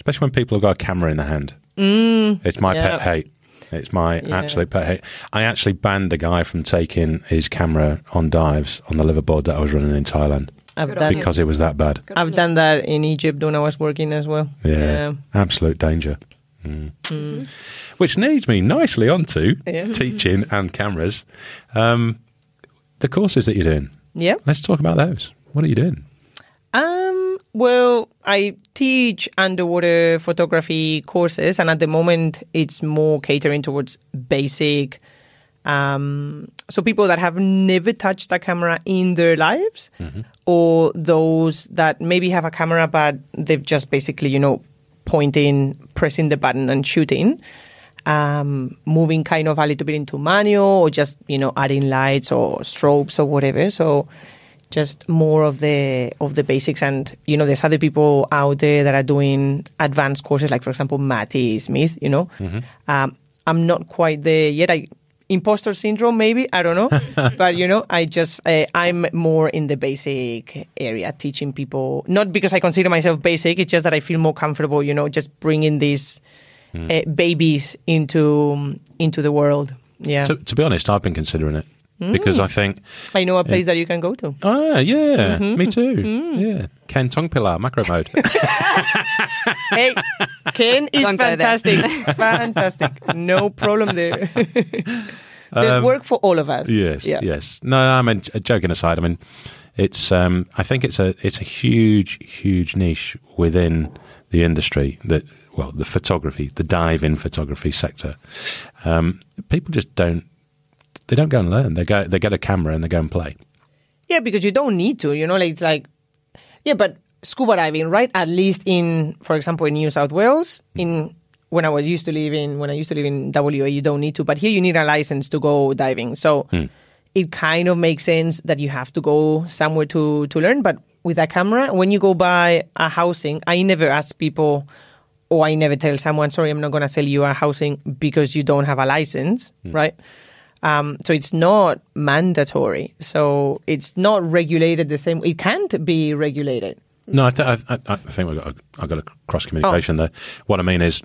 especially when people have got a camera in their hand. Mm, it's my
yeah.
pet hate. It's my
Yeah.
absolute pet hate. I actually banned a guy from taking his camera on dives on the liverboard that I was running in Thailand
I've
Good
done
because it was that bad.
I've done that in Egypt when I was working as well.
Yeah. Absolute danger. Mm. Which leads me nicely onto
Yeah.
teaching and cameras. Um, the courses that you're doing.
Yeah.
Let's talk about those. What are you doing?
Um, well, I teach underwater photography courses and at the moment it's more catering towards basic um, so people that have never touched a camera in their lives or those that maybe have a camera but they've just basically you know pointing pressing the button and shooting um, moving kind of a little bit into manual or just you know adding lights or strobes or whatever so just more of the of the basics and you know there's other people out there that are doing advanced courses like for example Matty Smith you know um, I'm not quite there yet I imposter syndrome maybe I don't know but you know I just uh, I'm more in the basic area teaching people not because I consider myself basic it's just that I feel more comfortable you know just bringing these uh, babies into into the world yeah
To, to be honest, I've been considering it because I think
I know a place that you can go to
Ah, yeah, me too. Yeah, Ken Tong Pilar, macro mode.
hey, Ken is
Don't go there.
fantastic. fantastic. No problem there. There's work for all of us.
yes, yes. No, I mean, j- joking aside, I mean, it's. Um, I think it's a it's a huge, huge niche within the industry that well, the photography, the dive in photography sector. Um, people just don't. They don't go and learn. They go. They get a camera and they go and play.
Yeah, because you don't need to, you know, like it's like Yeah, but scuba diving, right? At least in for example in New South Wales, in when I was used to live in when I used to live in WA, you don't need to, but here you need a license to go diving. So it kind of makes sense that you have to go somewhere to to learn, but with a camera, when you go buy a housing, I never ask people or I never tell someone, sorry, I'm not going to sell you a housing because you don't have a license, right? Um, so it's not mandatory. So it's not regulated the same. It can't be regulated.
No, I, th- I, I, I think we've got a, I've got a cross
Oh.
communication there. What I mean is,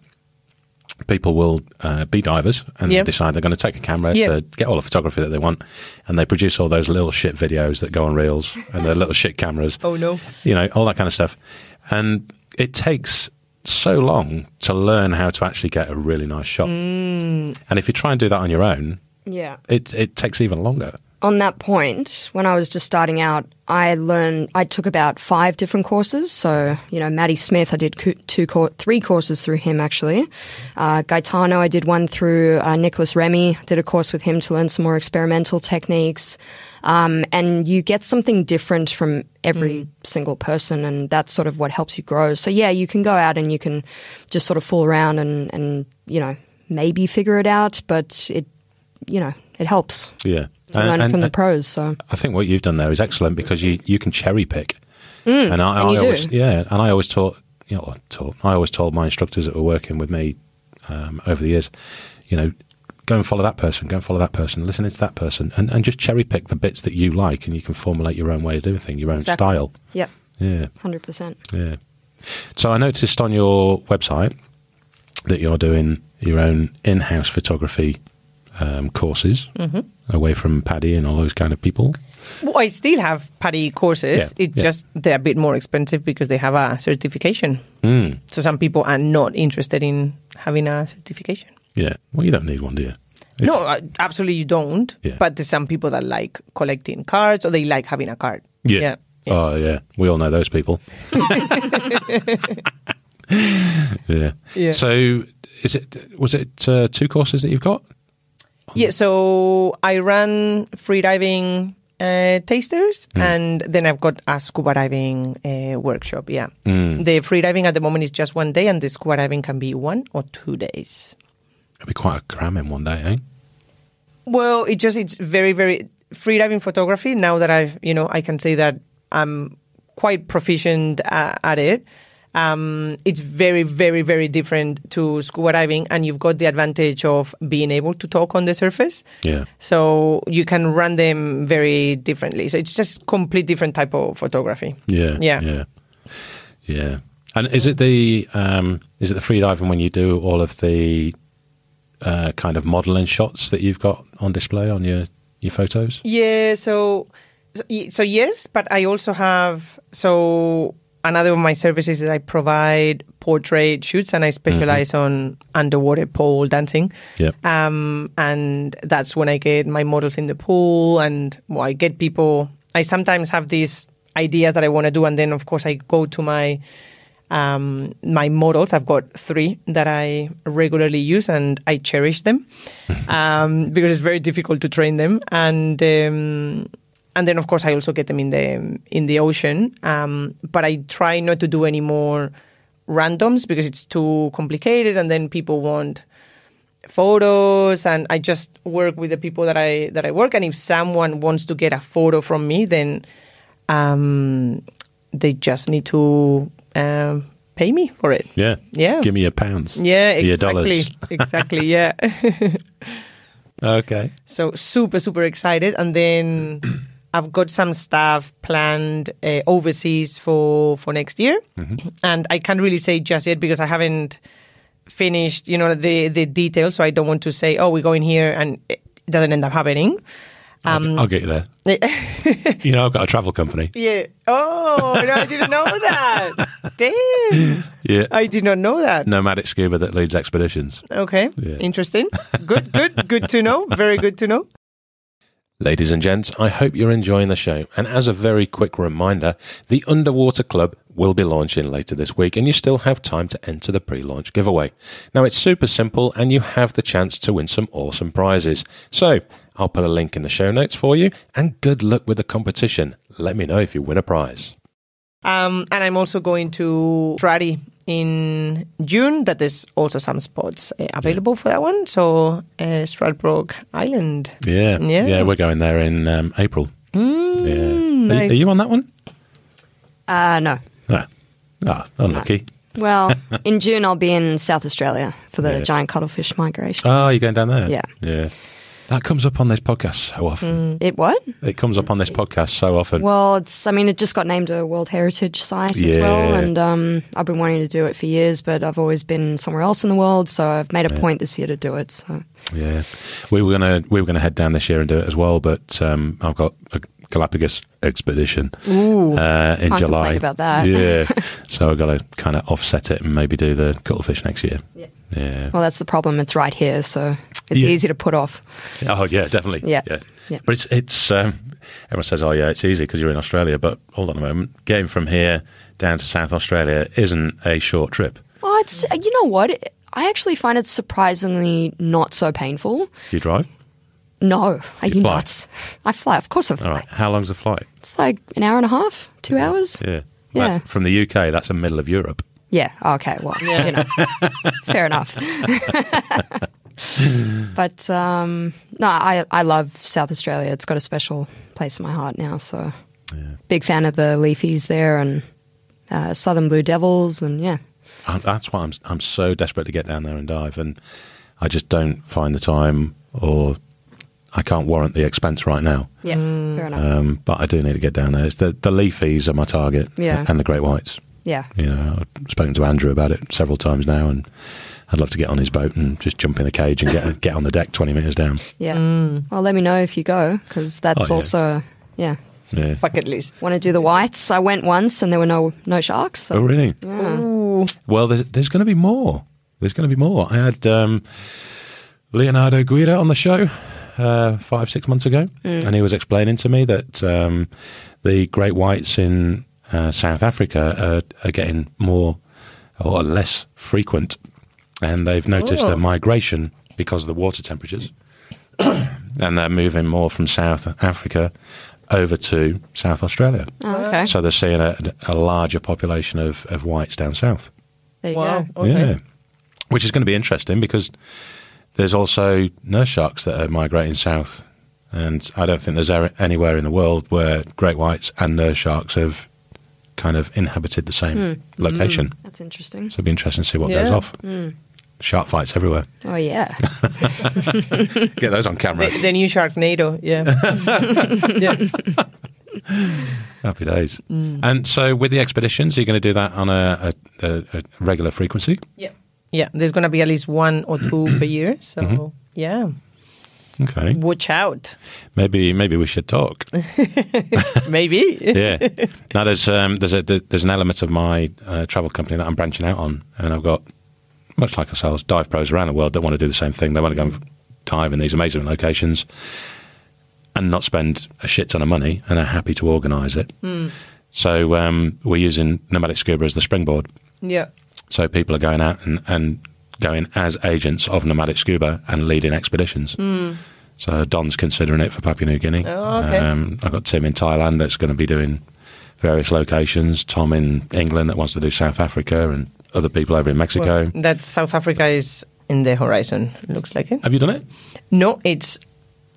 people will uh, be divers and
Yeah.
decide they're going to take a camera
Yeah.
to get all the photography that they want, and they produce all those little shit videos that go on reels and their little shit cameras.
Oh, no.
You know all that kind of stuff, and it takes so long to learn how to actually get a really nice shot.
Mm.
And if you try and do that on your own,
Yeah.
it it takes even longer.
on that point, when I was just starting out, I learned, I took about five different courses. So, you know, Maddie Smith, I did cou- two, cour- three courses through him actually. Uh, Gaetano, I did one through uh, Nicholas Remy, did a course with him to learn some more experimental techniques. Um, and you get something different from every single person, and that's sort of what helps you grow. So, yeah, you can go out and you can just sort of fool around and, and you know, maybe figure it out, but it, you know, it helps
Yeah.
to learn from the pros. So,
I think what you've done there is excellent because you, you can cherry pick. and I,
Mm, and you
I
do.
always yeah, and I always taught you know, taught, I always told my instructors that were working with me um, over the years, you know, go and follow that person, go and follow that person, listen into that person, and, and just cherry pick the bits that you like, and you can formulate your own way of doing things, your own
Exactly.
style.
yep,
Yeah,
100%.
yeah. So I noticed on your website that you're doing your own in-house photography um, courses
Mm-hmm.
away from Paddy and all those kind of people.
Well, I still have Paddy courses.
Yeah,
It's
yeah.
just they're a bit more expensive because they have a certification.
Mm.
Hmm.
So some people are not interested in having a certification.
Yeah. Well, you don't need one, do you? It's-
no, I- absolutely you don't.
Yeah.
But there's some people that like collecting cards or they like having a card.
Yeah.
Yeah. yeah.
Oh, yeah. We all know those people. yeah.
Yeah.
So, is it was it uh, two courses that you've got?
Yeah, so I run freediving uh, tasters, and then I've got a scuba diving uh, workshop. Yeah, the freediving at the moment is just one day, and the scuba diving can be one or two days.
It'd be quite a cram in one day, eh?
Well, it just it's very very freediving photography. Now that I've you know I can say that I'm quite proficient uh, at it. Um, it's very very very different to scuba diving, and you've got the advantage of being able to talk on the surface.
Yeah.
So you can run them very differently. So it's just complete different type of photography.
Yeah.
Yeah.
Yeah. Yeah. And is it the um, is it the freediving when you do all of the uh, kind of modelling shots that you've got on display on your your photos?
Yeah, so so y- so yes, but I also have so another of my services is I provide portrait shoots and I specialize on underwater pole dancing.
Yep.
Um and that's when I get my models in the pool and well, I get people I sometimes have these ideas that I want to do and then of course I go to my um, my models. I've got three that I regularly use and I cherish them um, because it's very difficult to train them. And um, and then of course I also get them in the in the ocean. Um, but I try not to do any more randoms because it's too complicated, and then people want photos and I just work with the people that I that I work and if someone wants to get a photo from me then um they just need to um pay me for it.
yeah.
Yeah.
Give me your pounds.
Yeah,
Your
exactly.
dollars.
exactly, yeah.
Okay.
So super, super excited. And then I've got some stuff planned uh, overseas for for next year, and I can't really say just yet because I haven't finished, you know, the the details. So I don't want to say, oh, we're going here, and it doesn't end up happening.
I'll get you there. you know, I've got a travel company.
Yeah. Oh no, I didn't know that. Damn,
Yeah.
I did not know that.
nomadic scuba that leads expeditions.
Okay,
Yeah.
interesting. Good, good, good to know. Very good to know.
Ladies and gents, I hope you're enjoying the show. And as a very quick reminder, the Underwater Club will be launching later this week, and you still have time to enter the pre launch giveaway. Now, it's super simple, and you have the chance to win some awesome prizes. So, I'll put a link in the show notes for you, and good luck with the competition. Let me know if you win a prize.
Um, and I'm also going to Tradi in June. That there's also some spots uh, available for that one. So uh, Stradbroke Island.
Yeah.
Yeah. Mm,
Yeah, we're going there in um, April. yeah. Are-
nice.
Are, you on that one?
Uh, no.
Ah, ah unlucky.
Well, in June, I'll be in South Australia for the
Yeah.
giant cuttlefish migration.
Oh, you're going down there?
Yeah.
Yeah. That comes up on this podcast so often.
it what?
It comes up on this podcast so often.
Well, it's, I mean, it just got named a World Heritage Site as well.
Yeah.
And um, I've been wanting to do it for years, but I've always been somewhere else in the world. So I've made a point this year to do it. So
yeah. We were gonna we were gonna head down this year and do it as well, but um, I've got a Galapagos expedition uh, in
Can't
July.
complain about that.
Yeah. so I've got to kind of offset it and maybe do the cuttlefish next year. Yeah. Yeah.
Well, that's the problem. It's right here, so it's
Yeah.
easy to put off.
Oh yeah, definitely.
Yeah.
yeah.
Yeah.
But it's it's um, everyone says, "Oh yeah, it's easy because you're in Australia." But hold on a moment, getting from here down to South Australia isn't a short trip.
Oh, it's you know what? I actually find it surprisingly not so painful.
Do you drive?
No, are
You
you,
fly?
nuts? I fly. Of course, I fly.
All right. How long's the flight?
It's like an hour and a half, two hours.
Yeah.
Yeah.
That's- from the UK, that's the middle of Europe.
Yeah. Oh, Okay. Well, you know, fair enough. but um, no, I I love South Australia. It's got a special place in my heart now. So big fan of the Leafies there and uh, Southern Blue Devils and yeah.
I, Uh, that's why I'm I'm so desperate to get down there and dive, and I just don't find the time, or I can't warrant the expense right now.
Yeah, fair enough.
Um, but I do need to get down there. It's the the leafies are my target,
Yeah.
and the great whites.
yeah.
You know, I've spoken to Andrew about it several times now, and I'd love to get on his boat and just jump in the cage and get get on the deck twenty meters down.
Yeah. Well, let me know if you go because that's
Oh, yeah.
also yeah.
Yeah.
Bucket list.
Want to do the whites? I went once and there were no no sharks. So.
Oh, really?
Mm.
Ooh.
Well, there's, there's going to be more. There's going to be more. I had um, Leonardo Guida on the show uh, five, six months ago, and he was explaining to me that um, the great whites in uh, South Africa are, are getting more or less frequent, and they've noticed a
Oh.
migration because of the water temperatures, and they're moving more from South Africa over to South Australia.
Oh, okay.
So they're seeing a, a larger population of, of whites down south.
there you
Wow.
go.
Okay.
Yeah. Which is going to be interesting because there's also nurse sharks that are migrating south. And I don't think there's er- anywhere in the world where great whites and nurse sharks have kind of inhabited the same location.
That's interesting.
So it'll be interesting to see what
Hmm. Yeah.
goes
Hmm.
off. Shark fights everywhere.
Oh yeah.
Get those on camera.
The, the new Sharknado. Yeah. yeah.
Happy days.
Hmm.
And so with the expeditions, are you going to do that on a, a, a, a regular frequency?
Yeah. Yeah. There's going to be at least one or two per year. So, yeah.
Okay.
Watch out.
Maybe maybe we should talk.
Maybe.
yeah. Now there's um, there's a there's an element of my uh, travel company that I'm branching out on, and I've got much like ourselves, dive pros around the world that want to do the same thing. They want to go and dive in these amazing locations and not spend a shit ton of money, and are happy to organise it. So um, we're using nomadic scuba as the springboard.
Yeah.
So people are going out and, and going as agents of nomadic scuba and leading expeditions. So Don's considering it for Papua New Guinea.
Hmm. Oh, okay.
um, I've got Tim in Thailand that's going to be doing various locations. Tom in England that wants to do South Africa and other people over in Mexico.
Well, that South Africa is in the horizon. Looks like it.
Have you done it?
No, it's.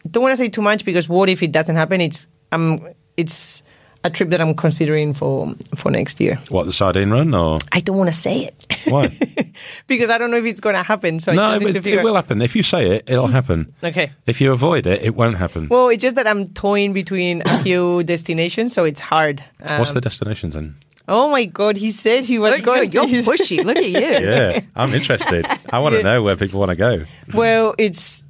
Don't want to say too much because what if it doesn't happen? It's um, it's a trip that I'm considering for for next year.
What, the sardine run or
I don't want to say it
why?
because I don't know if it's going to happen. So I
no,
just need
it,
to
it
figure out-
will happen. If you say it, it'll happen.
Okay.
If you avoid it, it won't happen.
Well, it's just that I'm toying between a few destinations, so it's hard. Um,
What's the destinations then?
Oh my God! He said he was
Look,
going.
you're,
to
you're
his-
pushy. Look at you.
Yeah, I'm interested. I want to know where people want to go.
Well, it's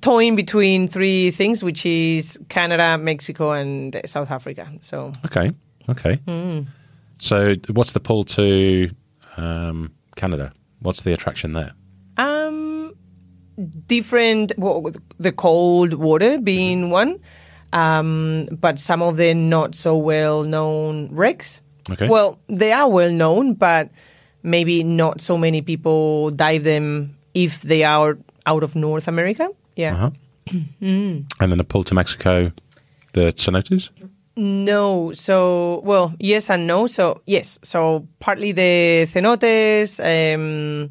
toying between three things, which is Canada, Mexico, and South Africa. So
Okay. Okay. So, what's the pull to um, Canada? What's the attraction there?
Um, different. Well, the cold water
Mm-hmm.
being one, um, but some of the not so well known wrecks.
Okay.
Well, they are well known, but maybe not so many people dive them if they are out of North America. Yeah. Mm.
Uh-huh. And then the pull to Mexico, the cenotes.
No. So, well, yes and no. So, yes. So, partly the cenotes. Um,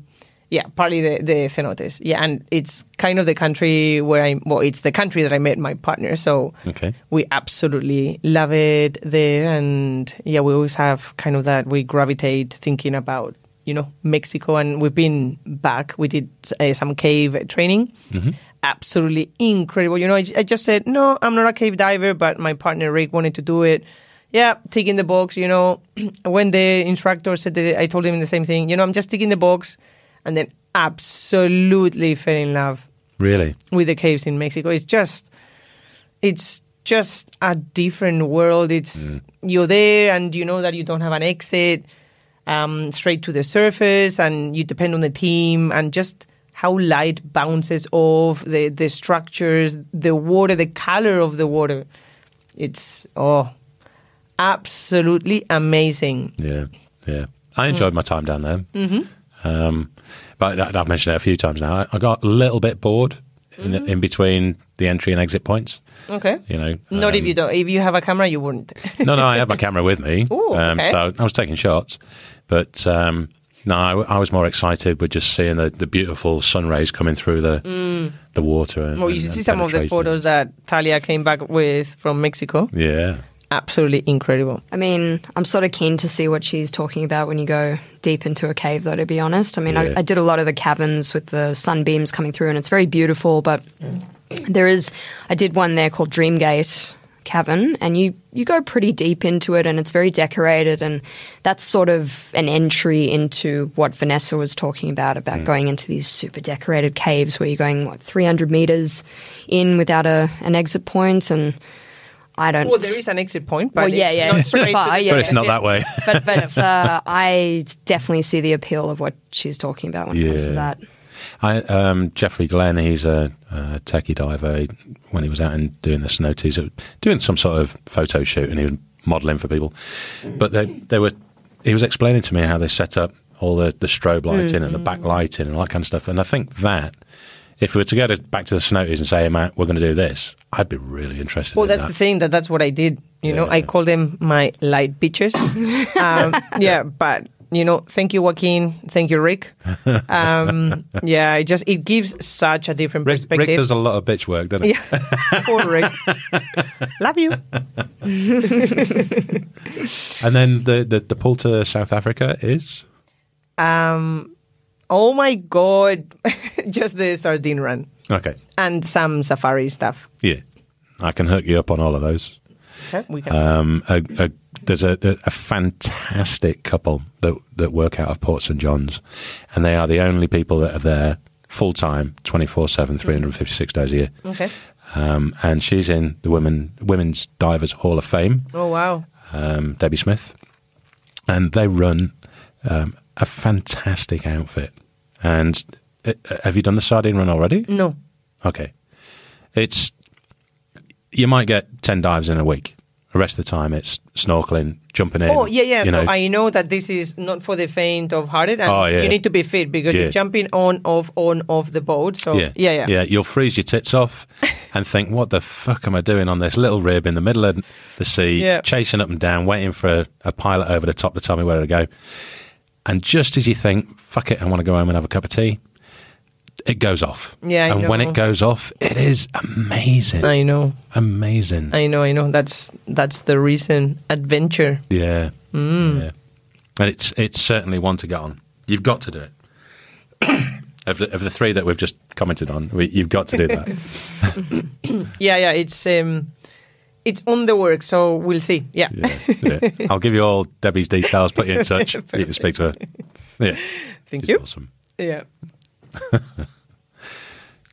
yeah, partly the, the cenotes. Yeah, and it's kind of the country where I, well, it's the country that I met my partner. So,
Okay.
we absolutely love it there. And yeah, we always have kind of that, we gravitate thinking about, you know, Mexico. And we've been back, we did uh, some cave training. Absolutely incredible. You know, I, I just said, no, I'm not a cave diver, but my partner Rick wanted to do it. Yeah, ticking the box, you know. when the instructor said that, I told him the same thing, you know, I'm just ticking the box. And then absolutely fell in love
Really?
with the caves in Mexico. It's just, it's just a different world.
Mm.
It's you're there and you know that you don't have an exit um, straight to the surface, and you depend on the team and just how light bounces off the the structures, the water, the color of the water. It's oh, absolutely amazing.
Yeah, yeah.
Mm.
I enjoyed my time down there. Mm-hmm. Um, but I, I've mentioned it a few times now. I, I got a little bit bored in,
Mm.
in between the entry and exit points.
Okay.
You know,
Not if
um,
you don't. If you have a camera, you wouldn't.
no, no, I had my camera with me,
Ooh,
um,
okay.
so I was taking shots. But um, no, I, w- I was more excited with just seeing the, the beautiful sun rays coming through the the water. And,
Mm. Well, you
and-
should see
and
some of the
penetrating.
photos that Talia came back with from Mexico.
Yeah,
Absolutely incredible.
I mean, I'm sort of keen to see what she's talking about when you go deep into a cave, though, to be honest. I mean,
Yeah.
I, I did a lot of the caverns with the sunbeams coming through, and it's very beautiful, but
Mm.
there is, I did one there called Dreamgate Cavern, and you, you go pretty deep into it, and it's very decorated, and that's sort of an entry into what Vanessa was talking about, about
Mm.
going into these super decorated caves where you're going, like, 300 meters in without a, an exit point, and I don't
Well, there is an exit point, but
Well, yeah,
it's
yeah,
not
it's
straight to
far,
the-
but
yeah.
it's not that way.
but but uh, I definitely see the appeal of what she's talking about when it comes to
Yeah.
that.
I, um, Jeffrey Glenn, he's a, uh techie diver. He- When he was out and doing the snow teas, doing some sort of photo shoot, and he was modelling for people. But they, they were, he was explaining to me how they set up all the, the strobe lighting and the back
Mm.
lighting and all that kind of stuff. And I think that if we were to go to, back to the snowies and say, hey, Matt, we're going to do this, I'd be really interested.
Well,
in
that's
that.
the thing that that's what I did. You know, I
Yeah.
call them my light bitches. um, yeah, but you know, thank you, Joaquin. Thank you, Rick. Um, yeah, it just it gives such a different
Rick, Rick
perspective.
does a lot of bitch work, doesn't he?
yeah, poor Rick. Love you.
And then the, the, the pull to South Africa is.
Oh my god, just the sardine run
Okay.
and some safari stuff.
Yeah. I can hook you up on all of those.
Okay, we can.
Um, a, a, there's a, a fantastic couple that, that work out of Port St. John's, and they are the only people that are there full time, 24 7, 356 days a year.
okay.
Um, and she's in the Women Women's Divers Hall of Fame,
Oh wow.
um, Debbie Smith, and they run um, a fantastic outfit. And uh, have you done the sardine run already?
No.
Okay. It's you might get ten dives in a week. The rest of the time it's snorkeling, jumping in.
Oh yeah, yeah.
You
so
know,
I know that this is not for the faint of hearted, and
Oh, yeah.
you need to be fit because
Yeah.
you're jumping on, off, on, off the boat. So yeah, yeah, yeah.
You'll freeze your tits off and think, "What the fuck am I doing on this little rib in the middle of the sea,
Yeah.
chasing up and down, waiting for a, a pilot over the top to tell me where to go?" And just as you think, "Fuck it, I want to go home and have a cup of tea," it goes off.
Yeah, I
and when
know.
it goes off, it is amazing,
I know,
amazing.
I know, I know. That's that's the reason adventure.
Yeah.
Mm.
Yeah. And it's it's certainly one to get on. You've got to do it. of, the, of the three that we've just commented on, we, you've got to do that.
Yeah, yeah. It's um, it's on the work. So we'll see. Yeah.
yeah, yeah. I'll give you all Debbie's details, put you in touch. you can speak to her. Yeah.
Thank
She's
you.
Awesome.
Yeah.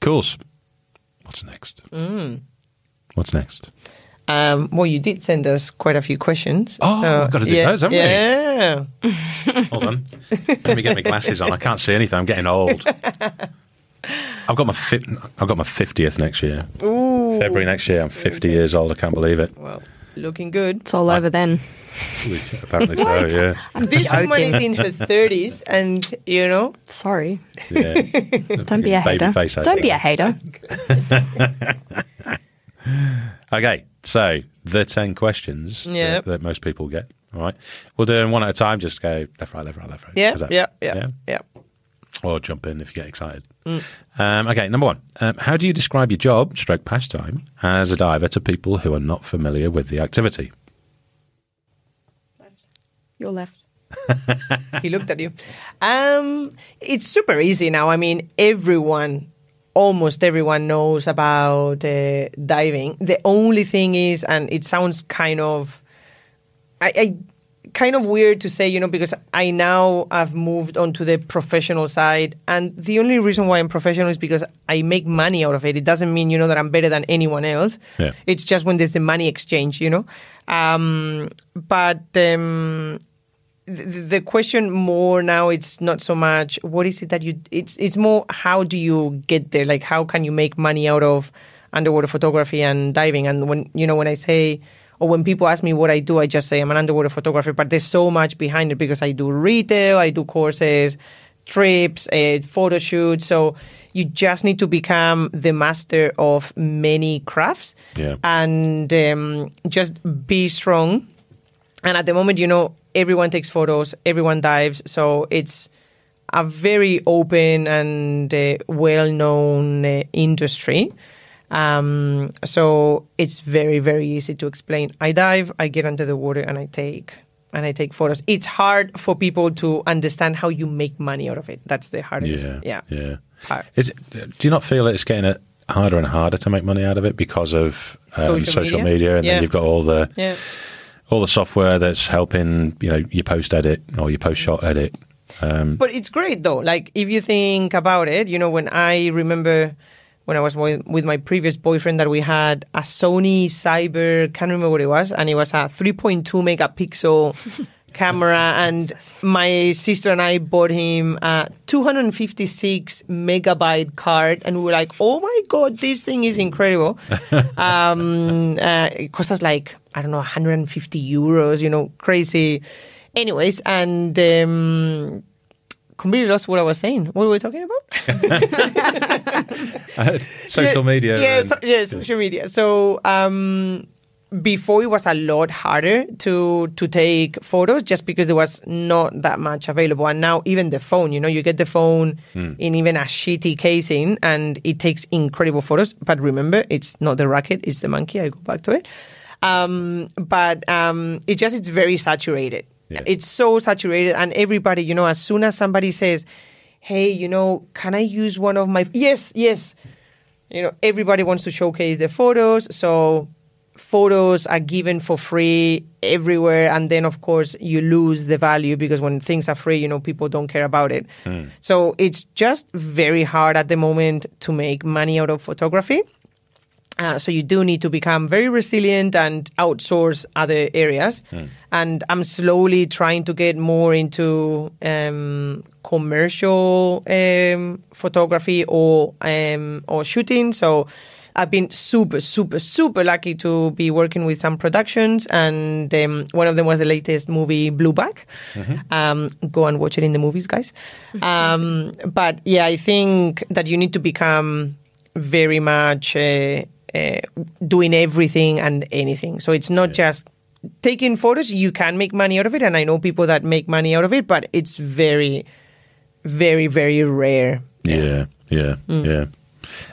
Course. What's next?
Mm.
What's next?
Um, well, you did send us quite a few questions.
Oh,
so,
we've gotta do
yeah,
those, haven't we?
yeah.
Hold on. Let me get my glasses on. I can't see anything. I'm getting old. I've got my fi- I've got my fiftieth next year. February next year. I'm fifty years old. I can't believe it.
Well, looking good.
It's all over then.
Apparently so. Yeah.
This woman is in her thirties, and you know,
Sorry,
Yeah.
don't be a
Baby
hater.
face, I
Don't be a
think.
hater.
Okay, so the 10 questions
Yep.
that, that most people get. All right. We'll do them one at a time. Just go left, right, left, right, left, right.
yeah,
Is that-
yeah, yeah, yeah.
Or jump in if you get excited.
Mm.
Um, okay, number one. Um, how do you describe your job, stroke pastime, as a diver to people who are not familiar with the activity?
You're left.
he looked at you. Um, it's super easy now. I mean, everyone, almost everyone knows about uh, diving. The only thing is, and it sounds kind of, I, I kind of weird to say, you know, because I now I've moved onto the professional side, and the only reason why I'm professional is because I make money out of it. It doesn't mean, you know, that I'm better than anyone else.
Yeah.
It's just when there's the money exchange, you know. Um, but um, the, the question more now it's not so much what is it that you it's it's more how do you get there like how can you make money out of underwater photography and diving. And when you know when I say or when people ask me what I do, I just say I'm an underwater photographer. But there's so much behind it because I do retail, I do courses, trips, uh, photo shoots. So you just need to become the master of many crafts
Yeah.
and um, just be strong. And at the moment, you know, everyone takes photos, everyone dives. So it's a very open and uh, well known uh, industry. Um, so it's very, very easy to explain. I dive, I get under the water, and I take. And I take photos. It's hard for people to understand how you make money out of it. That's the hardest.
Yeah,
yeah.
yeah.
Hard.
Is it, do you not feel that it's getting uh, harder and harder to make money out of it because of um, social,
Social
media,
media?
and
Yeah.
then you've got all the
Yeah.
all the software that's helping you know your post edit or your post shot edit.
But it's great though. Like if you think about it, you know, when I remember when I was wi- with my previous boyfriend that we had a Sony Cyber, can't remember what it was, and it was a 3.2 megapixel camera, and my sister and I bought him a 256 megabyte card, and we were like, oh my god, this thing is incredible. um, uh, it cost us like I don't know 150 euros, you know, crazy. Anyways, and um, completely lost what I was saying. What were we talking about?
Social media.
yeah,
and-
so, yeah, social media. So um, before it was a lot harder to to take photos just because there was not that much available. And now even the phone, you know, you get the phone
Hmm.
in even a shitty casing, and it takes incredible photos. But remember, it's not the racket; it's the monkey. I go back to it. Um, but um, it just it's very saturated.
Yeah.
It's so saturated, and everybody, you know, as soon as somebody says, "Hey, you know, can I use one of my?" Yes, yes you know everybody wants to showcase their photos so photos are given for free everywhere and then of course you lose the value because when things are free you know people don't care about it so it's just very hard at the moment to make money out of photography uh, so you do need to become very resilient and outsource other areas. And I'm slowly trying to get more into um, commercial um, photography or um, or shooting. So I've been super, super, super lucky to be working with some productions, and um, one of them was the latest movie Blue Back. Um, go and watch it in the movies, guys. Um, but yeah, I think that you need to become very much uh, uh, doing everything and anything. So it's not just taking photos. You can make money out of it, and I know people that make money out of it, but it's very, very, very rare.
Yeah, yeah,
Hmm.
yeah.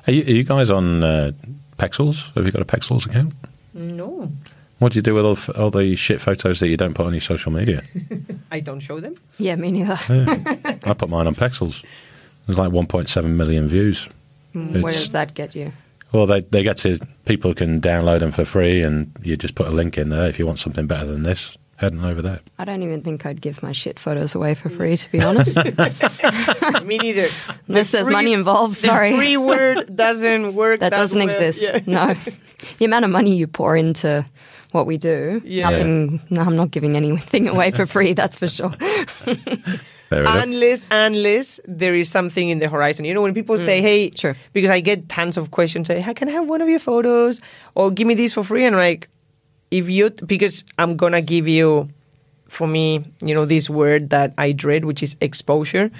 Are you, are you guys on uh, Pexels? Have you got a Pexels account?
No,
What do you do with all, f- all the shit photos that you don't put on your social media?
I don't show them.
Yeah, me neither.
I put mine on Pexels. There's like 1.7 million views.
Mm, Where does that get you?
Well, they they get to people can download them for free, and you just put a link in there if you want something better than this. Heading over there.
I don't even think I'd give my shit photos away for free, to be honest.
Me neither.
Unless there's
free-
money involved, sorry.
The free word doesn't work.
that
that
doesn't
well.
exist.
Yeah.
No. The amount of money you pour into what we do,
Yeah.
nothing, no, I'm not giving anything away for free, that's for sure.
There it is.
unless unless there is something in the horizon you know when people say hey
Sure.
because i get tons of questions say hey, can i have one of your photos or give me this for free and I'm like if you because i'm gonna give you for me you know this word that i dread which is exposure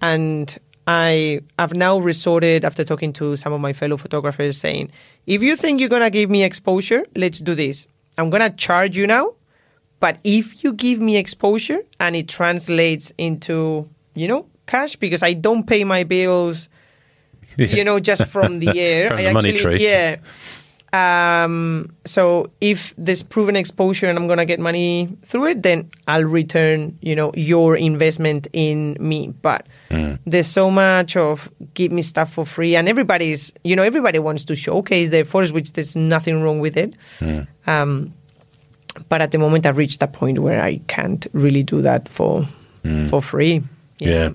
and i have now resorted after talking to some of my fellow photographers saying if you think you're gonna give me exposure let's do this i'm gonna charge you now but if you give me exposure and it translates into, you know, cash because I don't pay my bills, you know, just from the air.
From
I
the money tree.
Yeah. Um, so if there's proven exposure and I'm gonna get money through it, then I'll return, you know, your investment in me. But
Mm.
there's so much of give me stuff for free, and everybody's, you know, everybody wants to showcase their photos, which there's nothing wrong with it.
Mm.
Um, but at the moment I've reached a point where I can't really do that for for free.
Mm. Yeah.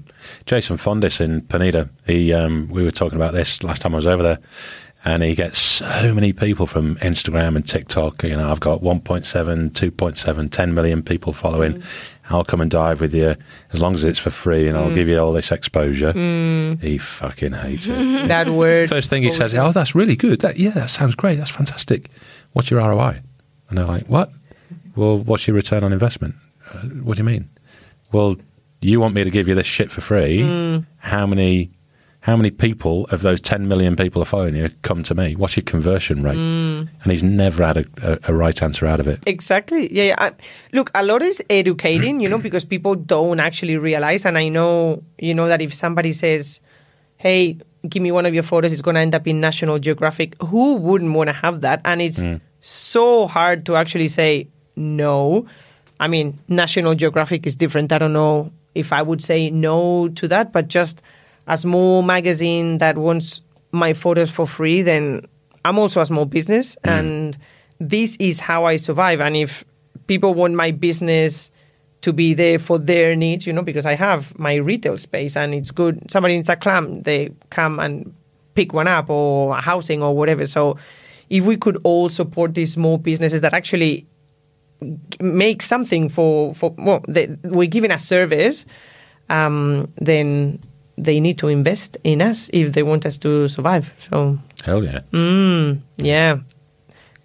Jason Fondis in Paneda. He, um, we were talking about this last time I was over there. And he gets so many people from Instagram and TikTok. You know, I've got 1.7, 2.7, 10 million people following. I'll come and dive with you as long as it's for free and I'll give you all this exposure. He fucking hates it.
That word.
First thing he says, oh, that's really good. That Yeah, that sounds great. That's fantastic. What's your ROI? And they're like, what? Well, what's your return on investment? Uh, what do you mean? Well, you want me to give you this shit for free. How many how many people of those 10 million people are following you come to me? What's your conversion rate? And he's never had a, a, a right answer out of it.
Exactly. Yeah. yeah. I, look, a lot is educating, you know, because people don't actually realize. And I know, you know, that if somebody says, hey, give me one of your photos, it's going to end up in National Geographic, who wouldn't want to have that? And it's so hard to actually say no. I mean, National Geographic is different. I don't know if I would say no to that, but just a small magazine that wants my photos for free, then I'm also a small business and this is how I survive. And if people want my business to be there for their needs, you know, because I have my retail space and it's good. Somebody needs a clam, they come and pick one up or housing or whatever. So if we could all support these small businesses that actually make something for for well they, we're giving a service um then they need to invest in us if they want us to survive so
Hell yeah.
yeah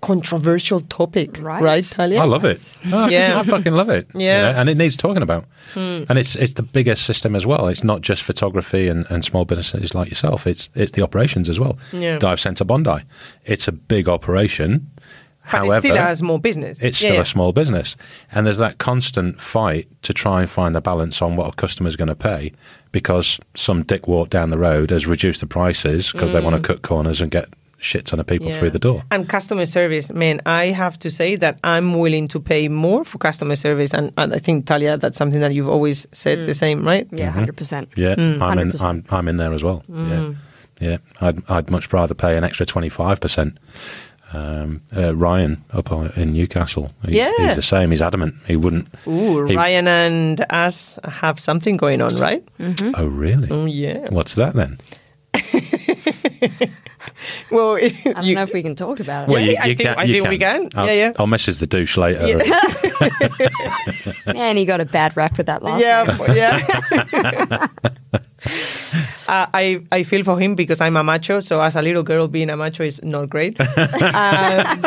controversial topic
Right.
right, right Talia?
I love it. Oh, I,
Yeah.
I fucking love it. you
Yeah. Hmm.
know, and it needs talking about. And it's it's the biggest system as well. It's not just photography and, and small businesses like yourself. It's it's the operations as well.
Yeah.
Dive Centre Bondi. It's a big operation.
but
However,
it's still a small business
it's
Yeah,
still
yeah.
a small business. And there's that constant fight to try and find the balance on what a customer's going to pay because some dickwart down the road has reduced the prices because they want to cut corners and get shit ton of people
Hmm. Yeah.
through the door.
And customer service, man, I have to say that I'm willing to pay more for customer service. And, and I think, Talia, that's something that you've always said the same, right?
Yeah, 100%.
Mm-hmm.
Mm,
Yeah, I'm in.
100%.
I'm I'm in there as well. Yeah, yeah. I'd I'd much rather pay an extra twenty five percent. Um, uh, Ryan up on, in Newcastle. He's,
Yeah.
he's the same. He's adamant. He wouldn't.
Ooh,
he-
Ryan and us have something going on, right?
Oh, really?
Oh, yeah.
What's that then?
Well,
I don't
you-
know if we can talk about it.
Well, I think- I think we can.
I'll,
Yeah, yeah.
I'll message the douche later.
Man, he got a bad rap with that last
yeah,
name.
but- yeah. Uh, I I feel for him because I'm a macho, so as a little girl being a macho is not great. um,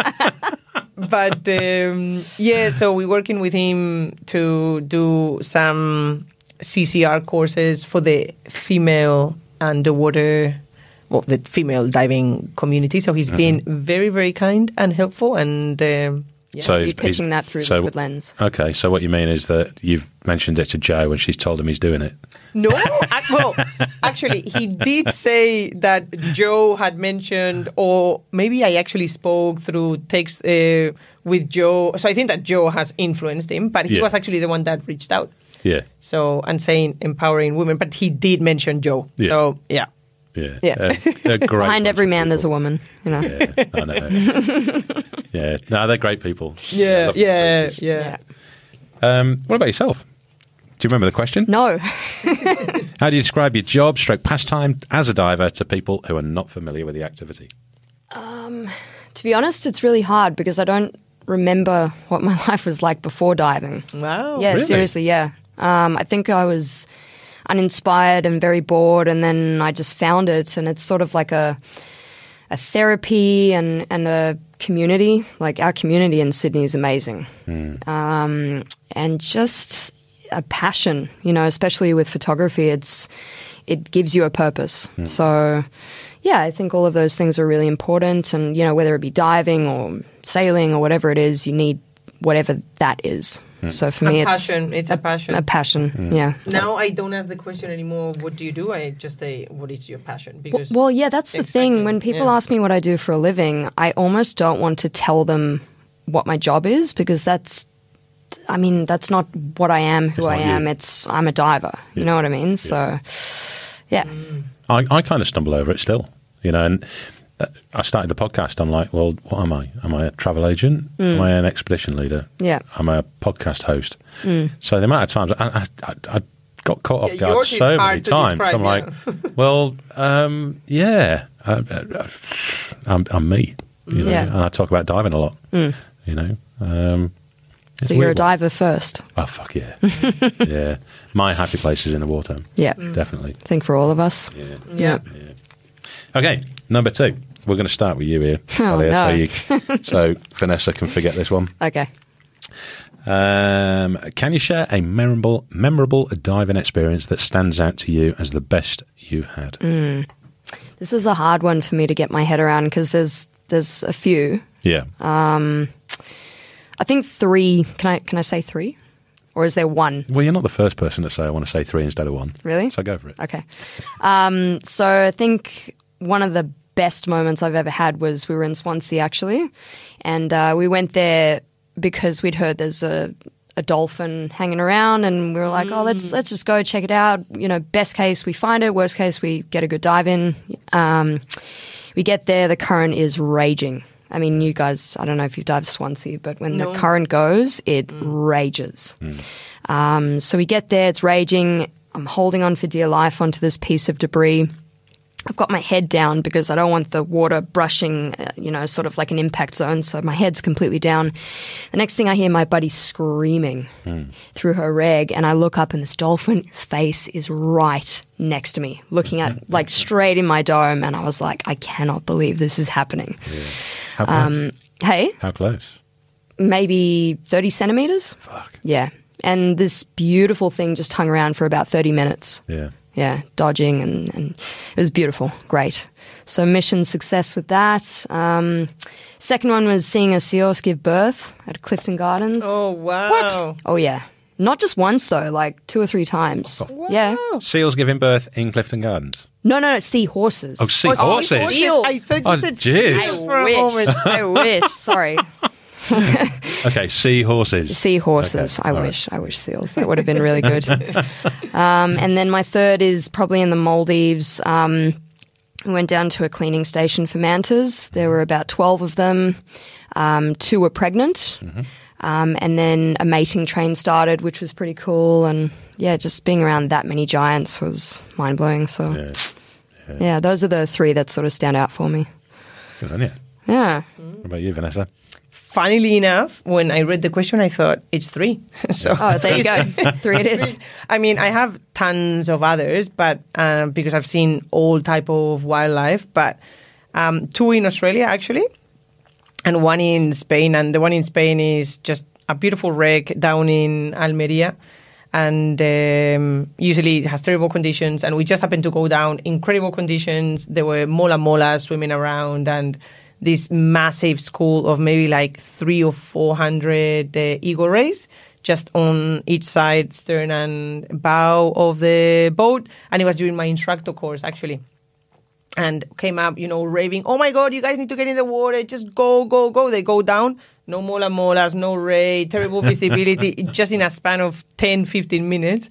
but um, yeah, so we're working with him to do some CCR courses for the female underwater, well, the female diving community. So he's been very very kind and helpful, and um, yeah.
you're pitching that through
so-
liquid lens.
Okay, so what you mean is that you've mentioned it to Joe and she's told him he's doing it.
No, ac- well, actually, he did say that Joe had mentioned, or maybe I actually spoke through text uh, with Joe. So I think that Joe has influenced him, but he
Yeah.
was actually the one that reached out.
Yeah,
So and saying empowering women, but he did mention Joe.
Yeah.
So yeah,
yeah,
Yeah.
They're- they're great bunch
Behind every
of
man, there's a
people.
woman, you know.
Yeah, I know. yeah, no, they're great people.
yeah,
lovely
yeah,
places.
yeah.
Um, what about yourself? Do you remember the question?
No.
How do you describe your job, stroke pastime as a diver to people who are not familiar with the activity?
to be honest, it's really hard because I don't remember what my life was like before diving.
Wow.
Yeah,
Really?
seriously, yeah. Um, I think I was uninspired and very bored, and then I just found it, and it's sort of like a a therapy and and a community. Like our community in Sydney is amazing, um, and just a passion, you know, especially with photography. It's it gives you a purpose. So. Yeah, I think all of those things are really important. And, you know, whether it be diving or sailing or whatever it is, you need whatever that is. So for
A
me,
passion. It's a passion.
A passion, yeah.
Now I don't ask the question anymore. What do you do? I just say, what is your passion? Because
Well, yeah, that's the thing.
Exactly,
When people
yeah.
ask me what I do for a living, I almost don't want to tell them what my job is because that's, I mean, that's not what I am, who
It's
I
not you.
am. It's, I'm a diver. You know what I mean? So, yeah.
I, I kind of stumble over it still, you know. And uh, I started the podcast. I'm like, well, what am I? Am I a travel agent?
Mm.
Am I an expedition leader?
Yeah.
I'm a podcast host. So the amount of times I, I, I, I got caught off
Mm. Yeah,
guard
yours is
so
hard
many
to
times. I'm
describe,
like, well, um, yeah. I, I, uh, I'm, I'm me. You know?
Yeah. Mm.
And I talk about diving a lot. You know? Um, it's
So you're a
weird.
diver first.
Oh, fuck yeah. yeah. My happy place is in the water.
Yeah.
Definitely.
I think for all of us.
Yeah.
Yeah.
Okay, number two. We're going to start with you here.
Oh,
Elliot,
no.
so, you, so Vanessa can forget this one.
Okay.
Um, can you share a memorable, memorable diving experience that stands out to you as the best you've had?
Mm. This is a hard one for me to get my head around because there's there's a few.
Yeah.
Uh, I think three. Can I can I say three, or is there one?
well, you're not the first person to say I want to say three instead of one.
Really?
So go for it.
Okay. Um, so I think one of the best moments I've ever had was we were in Swansea actually, and uh, we went there because we'd heard there's a a dolphin hanging around, and we were like, oh, let's let's just go check it out. You know, best case we find it, worst case we get a good dive in. Um, we get there, the current is raging. I mean, you guys, I don't know if you've dived Swansea, but when the current goes, it rages. Um, so we get there, it's raging. I'm holding on for dear life onto this piece of debris. I've got my head down because I don't want the water brushing, uh, you know, sort of like an impact zone. So my head's completely down. The next thing I hear, my buddy screaming through her rag, and I look up, and this dolphin's face is right next to me, looking at like straight in my dome. And I was like, I cannot believe this is happening.
How close?
Um, Hey,
How close?
maybe 30 centimeters?
Fuck.
Yeah. And this beautiful thing just hung around for about 30 minutes.
Yeah.
Yeah, dodging and, and it was beautiful. Great. So, mission success with that. Um, second one was seeing a seahorse give birth at Clifton Gardens.
Oh, wow.
Oh, yeah. Not just once, though, like two or three times. Yeah.
Seals giving birth in Clifton Gardens.
No, no, no, seahorses.
Oh, sea
horses.
horses.
Seals.
I thought you
Oh,
said
jeez.
seals for
I
a
wish.
moment.
I wish. Sorry.
Okay, sea horses.
Seahorses.
Okay,
I
all right.
wish. I wish seals. That would have been really good. um, and then my third is probably in the Maldives. Um, I went down to a cleaning station for mantas. There were about 12 of them. Um, two were pregnant.
Mm-hmm.
Um, and then a mating train started, which was pretty cool. And yeah, just being around that many giants was mind blowing. So
Yeah.
yeah. those are the three that sort of stand out for me.
Good on you.
Yeah.
What about you, Vanessa?
Funnily enough, when I read the question, I thought it's three. so
Oh, there you go. three it is.
I mean, I have tons of others, but um, because I've seen all type of wildlife, but um, two in Australia actually, and one in Spain, and the one in Spain is just a beautiful wreck down in Almeria, and um, usually it has terrible conditions, and we just happened to go down incredible conditions. There were mola mola swimming around, and this massive school of maybe like three or four hundred uh, eagle rays just on each side, stern and bow of the boat. And it was during my instructor course, actually. And came up, you know, raving, oh my God, you guys need to get in the water. Just go, go, go. They go down. No mola molas, no ray, terrible visibility, just in a span of 10, 15 minutes.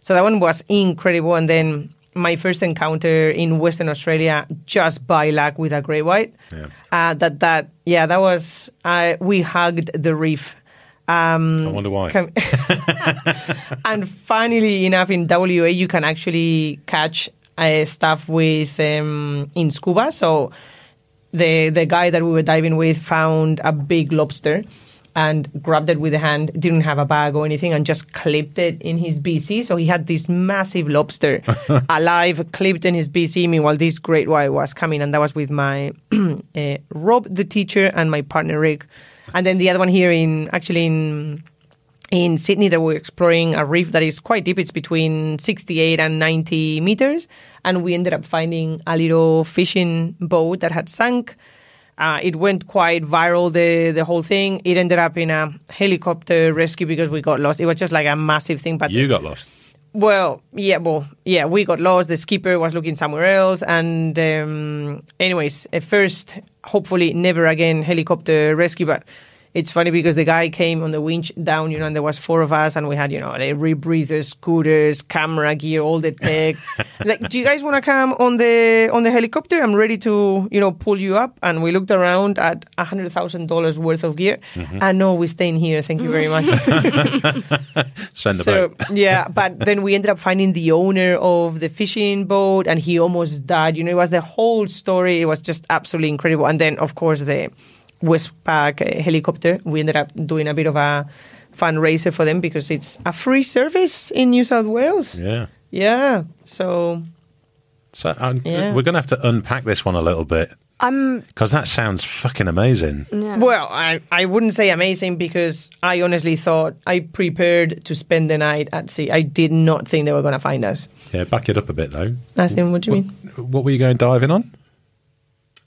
So that one was incredible. And then my first encounter in Western Australia, just by luck with a grey white.
Yeah.
Uh, that, that, yeah, that was, uh, we hugged the reef. Mm.
I wonder why.
Can- and funnily enough, in WA, you can actually catch uh, stuff with um, in scuba. So the the guy that we were diving with found a big lobster and grabbed it with a hand. Didn't have a bag or anything, and just clipped it in his BC. So he had this massive lobster alive, clipped in his BC. Meanwhile, this great white was coming, and that was with my uh, Rob, the teacher, and my partner Rick. And then the other one here in actually in in Sydney that we're exploring a reef that is quite deep. It's between 68 and 90 meters. And we ended up finding a little fishing boat that had sunk. Uh, it went quite viral, the, the whole thing. It ended up in a helicopter rescue because we got lost. It was just like a massive thing. But
You got lost.
well, yeah, well, yeah, we got lost. The skipper was looking somewhere else, and um, anyways, at first, hopefully, never again helicopter rescue. But it's funny because the guy came on the winch down, you know, and there was four of us, and we had, you know, like rebreathers, scooters, camera gear, all the tech. like, do you guys want to come on the on the helicopter? I'm ready to, you know, pull you up. And we looked around at hundred thousand dollars worth of gear, and no, we're staying here. Thank you very much.
Send the
so
boat.
yeah, but then we ended up finding the owner of the fishing boat, and he almost died. You know, it was the whole story. It was just absolutely incredible. And then, of course, the Westpac uh, helicopter. We ended up doing a bit of a fundraiser for them because it's a free service in New South Wales.
Yeah.
Yeah, so
So I'm,
Yeah.
we're going to have to unpack this one a little bit. I'm because that sounds fucking amazing.
Well, I, I wouldn't say amazing because I honestly thought I prepared to spend the night at sea. I did not think they were going to find us.
Yeah, back it up a bit though.
As in, what do you mean?
What were you going diving on?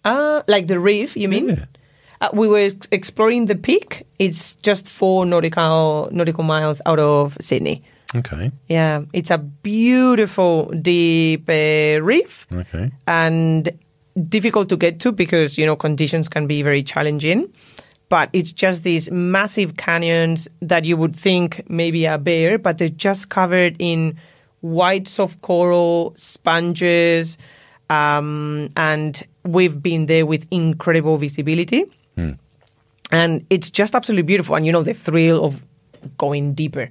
Uh, like the reef, you mean?
Yeah.
Uh, we were ex- exploring the peak. It's just four nautical nautical miles out of Sydney.
Okay,
Yeah, it's a beautiful deep uh, reef
okay.
and difficult to get to because you know conditions can be very challenging. But it's just these massive canyons that you would think maybe are bare, but they're just covered in white soft coral, sponges, um, and we've been there with incredible visibility and it's just absolutely beautiful and you know the thrill of going deeper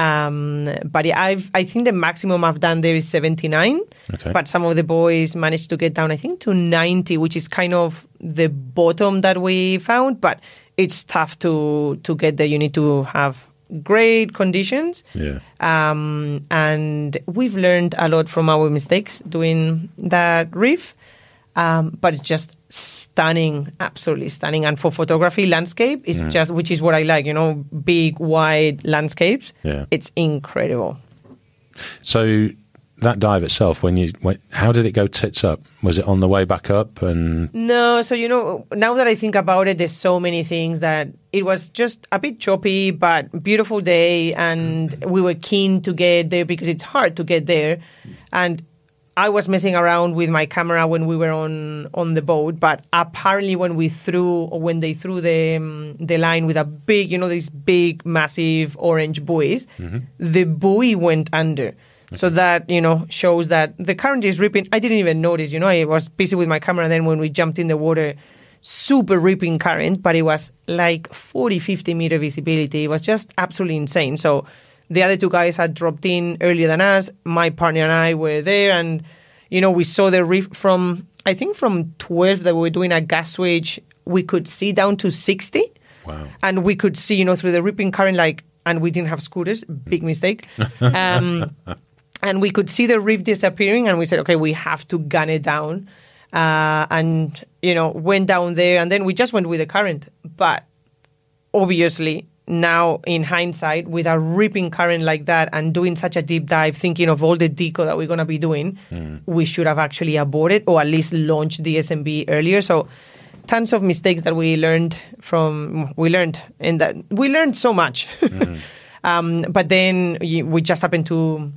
um, but i've i think the maximum i've done there is 79
Okay.
but some of the boys managed to get down i think to 90 which is kind of the bottom that we found but it's tough to to get there you need to have great conditions
Yeah.
um, and we've learned a lot from our mistakes doing that reef. Um, but it's just stunning, absolutely stunning. And for photography, landscape is just, which is what I like, you know, big, wide landscapes.
Yeah.
It's incredible.
So that dive itself, when you when, how did it go tits up? Was it on the way back up? And
No, so you know, now that I think about it, there's so many things that it was just a bit choppy, but beautiful day, and we were keen to get there because it's hard to get there, and I was messing around with my camera when we were on on the boat, but apparently when we threw or when they threw the um, the line with a big, you know, these big massive orange buoys, the buoy went under. So that, you know, shows that the current is ripping. I didn't even notice, you know, I was busy with my camera. And then when we jumped in the water, super ripping current, but it was like 40, 50 meter visibility. It was just absolutely insane. So the other two guys had dropped in earlier than us. My partner and I were there. And, you know, we saw the reef from, I think from 12 that we were doing a gas switch, we could see down to 60
wow,
and we could see, you know, through the ripping current, like, and we didn't have scooters, big mistake. Um, and we could see the reef disappearing, and we said, okay, we have to gun it down. Uh, and, you know, went down there, and then we just went with the current. But obviously, now in hindsight, with a ripping current like that and doing such a deep dive, thinking of all the deco that we're going to be doing, we should have actually aborted or at least launched the SMB earlier. So, tons of mistakes that we learned from, we learned, and that we learned so much. um, but then y- we just happened to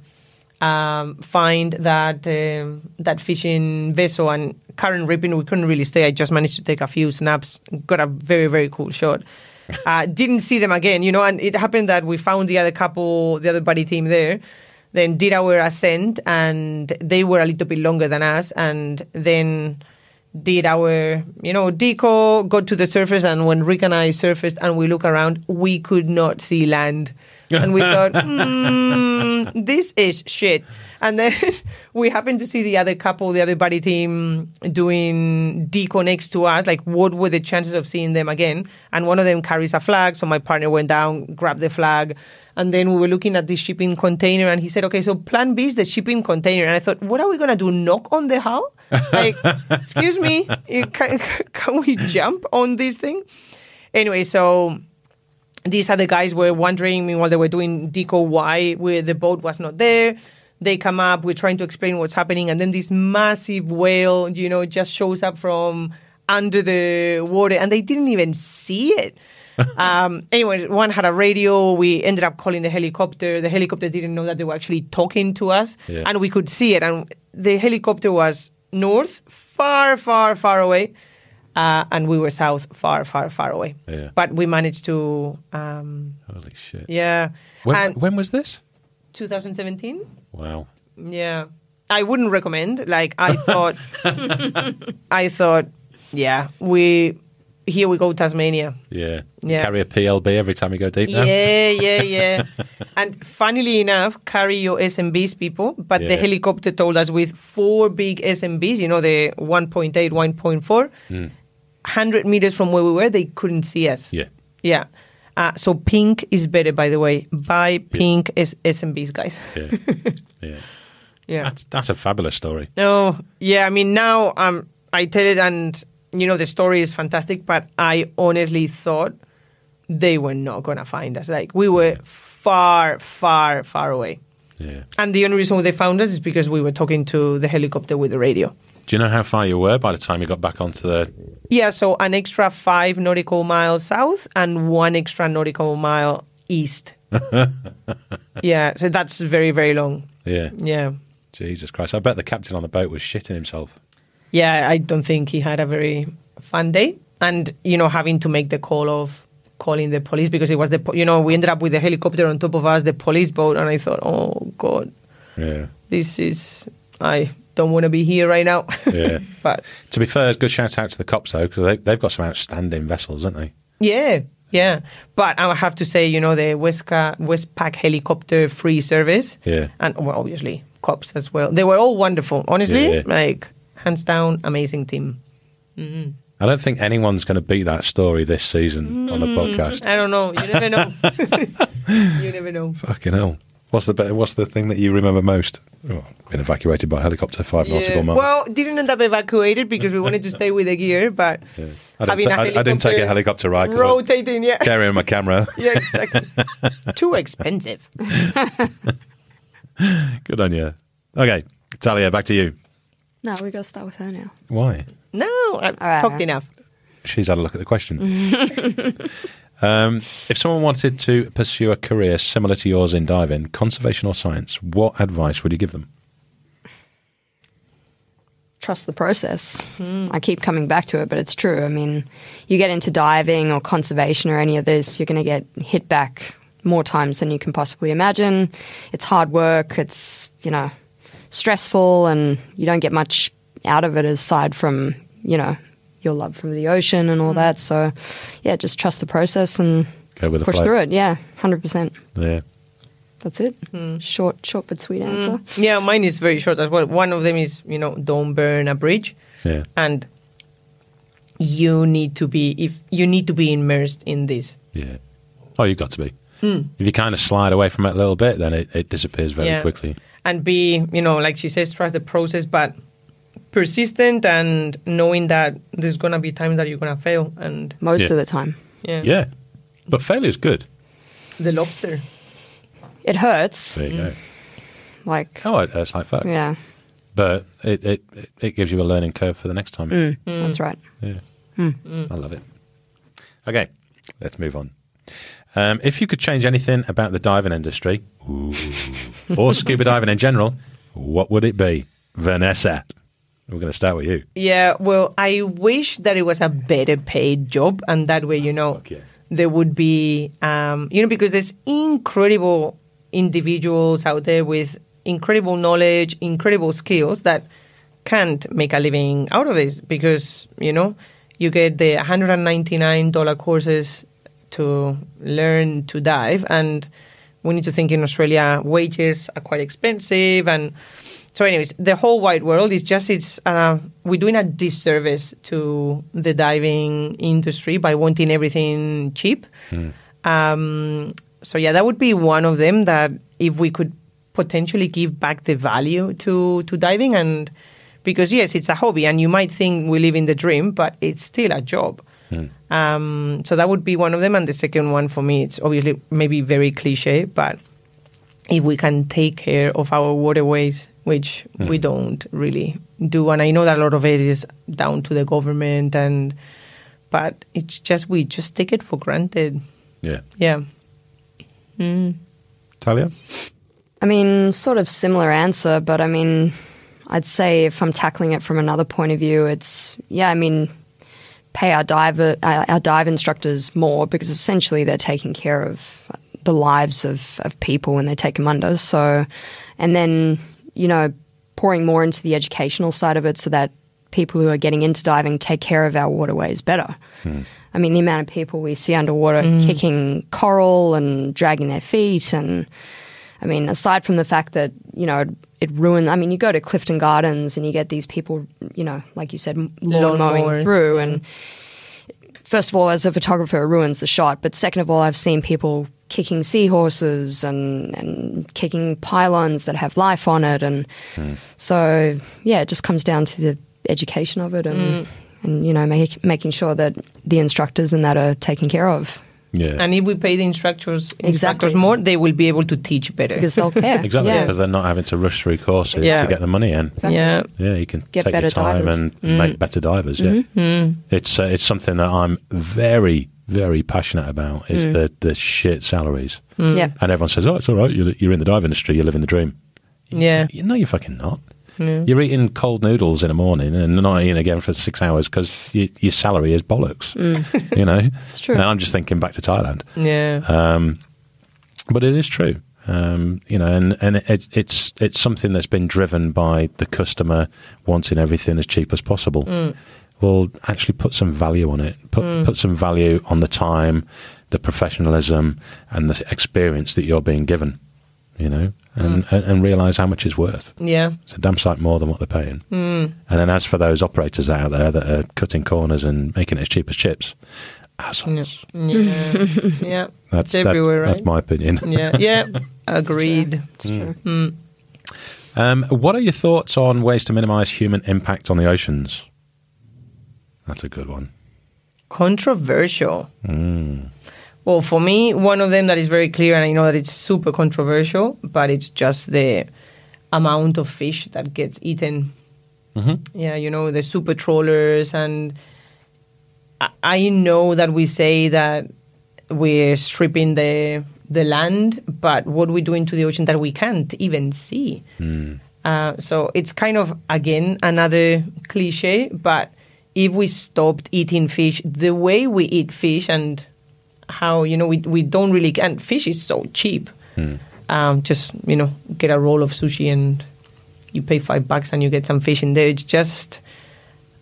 um, find that um that fishing vessel and current ripping. We couldn't really stay. I just managed to take a few snaps. Got a very very cool shot. Uh, didn't see them again, you know. And it happened that we found the other couple, the other buddy team there. Then did our ascent, and they were a little bit longer than us. And then did our you know deco got to the surface and when rick and i surfaced and we look around we could not see land and we thought "Hmm, this is shit and then we happened to see the other couple the other buddy team doing deco next to us like what were the chances of seeing them again and one of them carries a flag so my partner went down grabbed the flag and then we were looking at the shipping container and he said okay so plan b is the shipping container and i thought what are we going to do knock on the house like excuse me you can, can we jump on this thing anyway so these other guys were wondering meanwhile they were doing deco why where the boat was not there they come up we're trying to explain what's happening and then this massive whale you know just shows up from under the water and they didn't even see it um, anyway, one had a radio. We ended up calling the helicopter. The helicopter didn't know that they were actually talking to us,
Yeah.
and we could see it. And the helicopter was north, far, far, far away. uh, and we were south, far, far, far away.
Yeah.
But we managed to, um,
Holy shit.
yeah.
When,
and
when was this?
2017?
Wow.
Yeah. I wouldn't recommend. Like I thought I thought, yeah, we here we go Tasmania.
Yeah.
Yeah.
Carry a PLB every time you go deep now.
Yeah, yeah, yeah. and funnily enough, carry your SMBs, people. But the
Yeah.
helicopter told us with four big SMBs, you know, the 1.8, 1.4,
Hmm.
100 meters from where we were, they couldn't see us.
Yeah.
Yeah. Uh, so pink is better, by the way. Buy pink S- SMBs, guys.
Yeah. yeah.
Yeah.
That's, that's a fabulous story.
No, yeah, I mean now um I tell it and you know the story is fantastic, but I honestly thought they were not gonna find us. Like we were far, far, far away.
Yeah.
And the only reason they found us is because we were talking to the helicopter with the radio.
Do you know how far you were by the time you got back onto the.
Yeah, so an extra five nautical miles south and one extra nautical mile east. yeah, so that's very, very long.
Yeah.
Yeah.
Jesus Christ. I bet the captain on the boat was shitting himself.
yeah, I don't think he had a very fun day. And you know, having to make the call of calling the police because it was the po- you know we ended up with the helicopter on top of us, the police boat, and I thought, oh god,
Yeah.
this is I don't want to be here right now.
Yeah.
but
To be fair, good shout out to the cops though, because they, they've got some outstanding vessels, haven't they?
yeah, yeah. But I have to say, you know, the Westca- Westpac helicopter free service,
Yeah.
and well, obviously cops as well. They were all wonderful, honestly,
Yeah.
like hands down, amazing team.
I don't think anyone's going to beat that story this season on the
Mm.
podcast.
I don't know, you never know, you never know.
Fucking hell! What's the be- what's the thing that you remember most? Oh, been evacuated by helicopter five nautical miles.
Well, didn't end up evacuated because we wanted to stay with the gear, but
I, didn't
having
ta-
a
I- I didn't take a helicopter ride. 'cause I was
rotating, yeah.
Carrying my camera.
Yeah, exactly. Too expensive.
Good on you. Okay, Talia, back to you.
No, we got to start with her now.
Why?
No, I've
All right,
talked
all right.
enough.
She's had a look at the question. um, if someone wanted to pursue a career similar to yours in diving, conservation or science, what advice would you give them?
trust the process. I keep coming back to it, but it's true. I mean, you get into diving or conservation or any of this, you're going to get hit back more times than you can possibly imagine. It's hard work, it's, you know, stressful, and you don't get much out of it aside from, you know, your love from the ocean and all that. So, yeah, just trust the process and
Go with the
push
flow.
through it. Yeah, 100%.
Yeah.
That's it. Short, short but sweet answer.
Yeah, mine is very short as well. One of them is, you know, don't burn a bridge.
Yeah.
And you need to be if you need to be immersed in this.
Yeah. Oh, you've got to be. If you kind of slide away from it a little bit, then it, it disappears very
Hmm. Yeah.
quickly.
and be you know like she says trust the process but persistent and knowing that there's gonna be times that you're gonna fail and
Most
Yeah.
of the time.
yeah,
Yeah. But failure's good.
the lobster
It hurts.
There you
Hmm.
go.
Like,
Oh, that's high fuck.
yeah.
But it, it, it- it gives you a learning curve for the next time.
Hmm. That's right.
Yeah. I love it. Okay, let's move on. Um, if you could change anything about the diving industry or scuba diving in general, what would it be? Vanessa. We're going to start with you.
yeah well i wish that it was a better paid job and that way you know
Fuck yeah.
there would be um, you know because there's incredible individuals out there with incredible knowledge incredible skills that can't make a living out of this because you know you get the $199 courses to learn to dive and we need to think in australia wages are quite expensive and so anyways the whole wide world is just it's uh, we're doing a disservice to the diving industry by wanting everything cheap um, so yeah that would be one of them that if we could potentially give back the value to to diving and because yes it's a hobby and you might think we live in the dream but it's still a job um, so that would be one of them and the second one for me it's obviously maybe very cliche but if we can take care of our waterways, which
Mm.
we don't really do. And I know that a lot of it is down to the government and but it's just we just take it for granted.
Yeah.
Yeah.
Talia?
I mean, sort of similar answer, but I mean, I'd say if I'm tackling it from another point of view, it's, yeah, I mean, pay our dive uh, our dive instructors more because essentially they're taking care of the lives of, of people and they take them under. So, and then you know pouring more into the educational side of it so that people who are getting into diving take care of our waterways better. I mean, the amount of people we see underwater kicking coral and dragging their feet and I mean, aside from the fact that you know it ruined. I mean, you go to Clifton Gardens and you get these people, you know, like you said, m- lawn
Lawnmower.
mowing through. And first of all, as a photographer, it ruins the shot. But second of all, I've seen people kicking seahorses and and kicking pylons that have life on it. And so, yeah, it just comes down to the education of it and. And you know, make, making sure that the instructors and that are taken care of
Yeah.
And if we pay the instructors, instructors
Exactly.
more, they will be able to teach better.
because they'll care.
exactly.
Yeah.
Because they're not having to rush through courses
Yeah.
to get the money in.
Exactly.
Yeah.
Yeah, you can
Get
take your
better
time
divers. Mm. Mm-hmm.
and make better divers. Yeah, it's uh, it's something that I'm very very passionate about.
Mm.
Is the the shit salaries,
Yeah.
and everyone says, "Oh, it's all right. You're, you're in the dive industry. You're living the dream."
Yeah.
You, no, you're fucking not. You're eating cold noodles in the morning and not eating again for six hours because y- your salary is bollocks. You know, it's
true.
And I'm just thinking back to Thailand
Yeah.
Uh, but it is true. Um, you know, and and it, it's it's something that's been driven by the customer wanting everything as cheap as possible. Well, actually, put some value on it. Put put some value on the time, the professionalism, and the experience that you're being given. You know, and and, and realize how much it's worth.
yeah.
It's a damn sight more than what they're paying.
Hmm.
Mm. And then, as for those operators out there that are cutting corners and making it as cheap as chips, assholes.
Yeah. yeah.
That's
it's everywhere,
that,
right?
That's my opinion.
yeah. Yeah. Agreed.
It's true. Mm.
Um, what are your thoughts on ways to minimise human impact on the oceans? That's a good one.
Controversial. Well, for me, one of them that is very clear, and I know that it's super controversial, but it's just the amount of fish that gets eaten. Yeah, you know, the super trawlers. And I, I know that we say that we're stripping the, the land, but what we're doing to the ocean that we can't even see. Uh, so it's kind of, again, another cliche, but if we stopped eating fish the way we eat fish and how, you know, we, we don't really, and fish is so cheap. Um, just, you know, get a roll of sushi and you pay five bucks and you get some fish in there. It's just,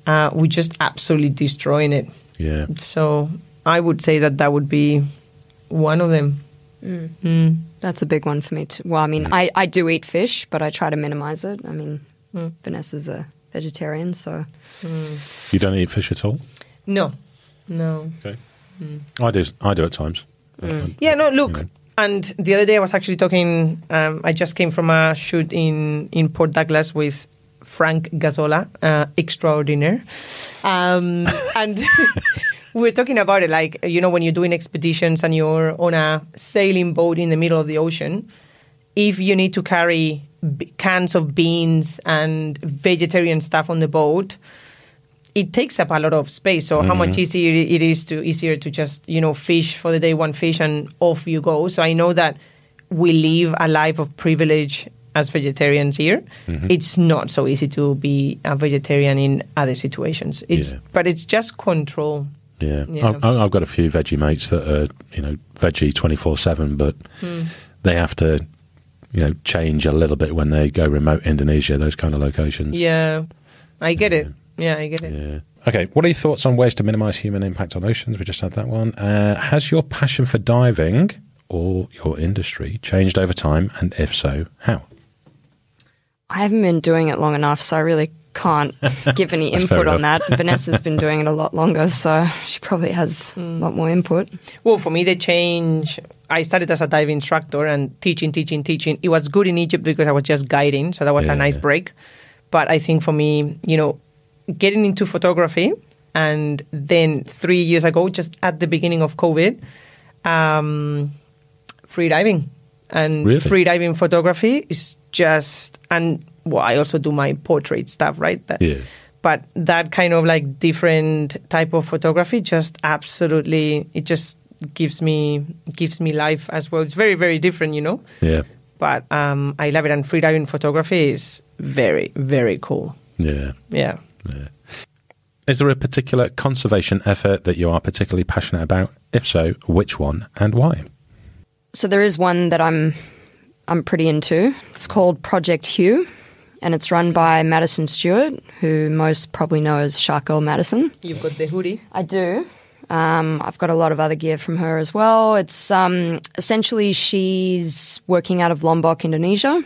uh, we're just absolutely destroying it.
Yeah.
So I would say that that would be one of them.
That's a big one for me too. Well, I mean, I, I do eat fish, but I try to minimize it. I mean, Vanessa's a vegetarian, so
You don't eat fish at all?
No, no.
Okay. Hmm. I do. I do at times.
Hmm. Yeah, no, look.
know.
And the other day I was actually talking, um, I just came from a shoot in, in Port Douglas with Frank Gazzola, uh, extraordinaire. Um, and we were talking about it, like, you know, when you're doing expeditions and you're on a sailing boat in the middle of the ocean, if you need to carry b- cans of beans and vegetarian stuff on the boat, it takes up a lot of space. So how much easier it is to easier to just you know fish for the day, one fish, and off you go. So I know that we live a life of privilege as vegetarians here. It's not so easy to be a vegetarian in other situations. It's
Yeah.
but it's just control.
Yeah.
Yeah.
I, I- I've got a few veggie mates that are you know veggie twenty four seven, but
Hmm.
they have to you know change a little bit when they go remote Indonesia, those kind of locations.
Yeah, I get it. Yeah, I get it.
Yeah. Okay, what are your thoughts on ways to minimise human impact on oceans? We just had that one. Uh, has your passion for diving or your industry changed over time, and if so, how?
I haven't been doing it long enough, so I really can't give any
That's fair
input on that. Vanessa's been doing it a lot longer, so she probably has a lot more input.
Well, for me, the change. I started as a dive instructor and teaching, teaching, teaching. It was good in Egypt because I was just guiding, so that was
Yeah,
a nice
yeah.
break. But I think for me, you know, getting into photography and then three years ago, just at the beginning of COVID, um, free diving and
Really?
free diving photography is just and well, I also do my portrait stuff, right? That-
Yeah.
but that kind of like different type of photography just absolutely it just gives me gives me life as well it's very very different you know
Yeah.
but um i love it and freediving photography is very very cool
Yeah.
yeah
Is there a particular conservation effort that you are particularly passionate about? If so, which one and why?
So there is one that I'm I'm pretty into. It's called Project Hugh, and it's run by Madison Stewart, who most probably know as Shark Girl Madison.
You've got the hoodie.
I do. Um, I've got a lot of other gear from her as well. It's um, essentially she's working out of Lombok, Indonesia,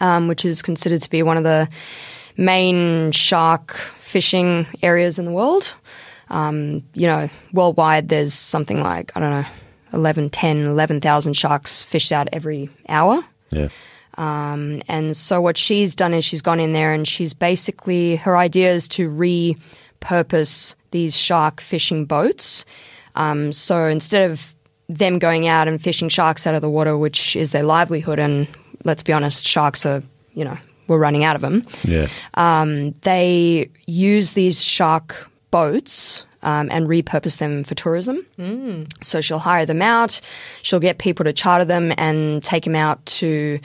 um, which is considered to be one of the main shark fishing areas in the world. Um, you know, worldwide, there's something like, I don't know, 11, 10, 11,000 sharks fished out every hour.
Yeah.
Um, and so what she's done is she's gone in there and she's basically her idea is to repurpose these shark fishing boats. Um, so instead of them going out and fishing sharks out of the water, which is their livelihood, and let's be honest, sharks are you know we're running out of them
Yeah.
Um, they use these shark boats um, and repurpose them for tourism. Mm. So she'll hire them out. She'll get people to charter them and take them out to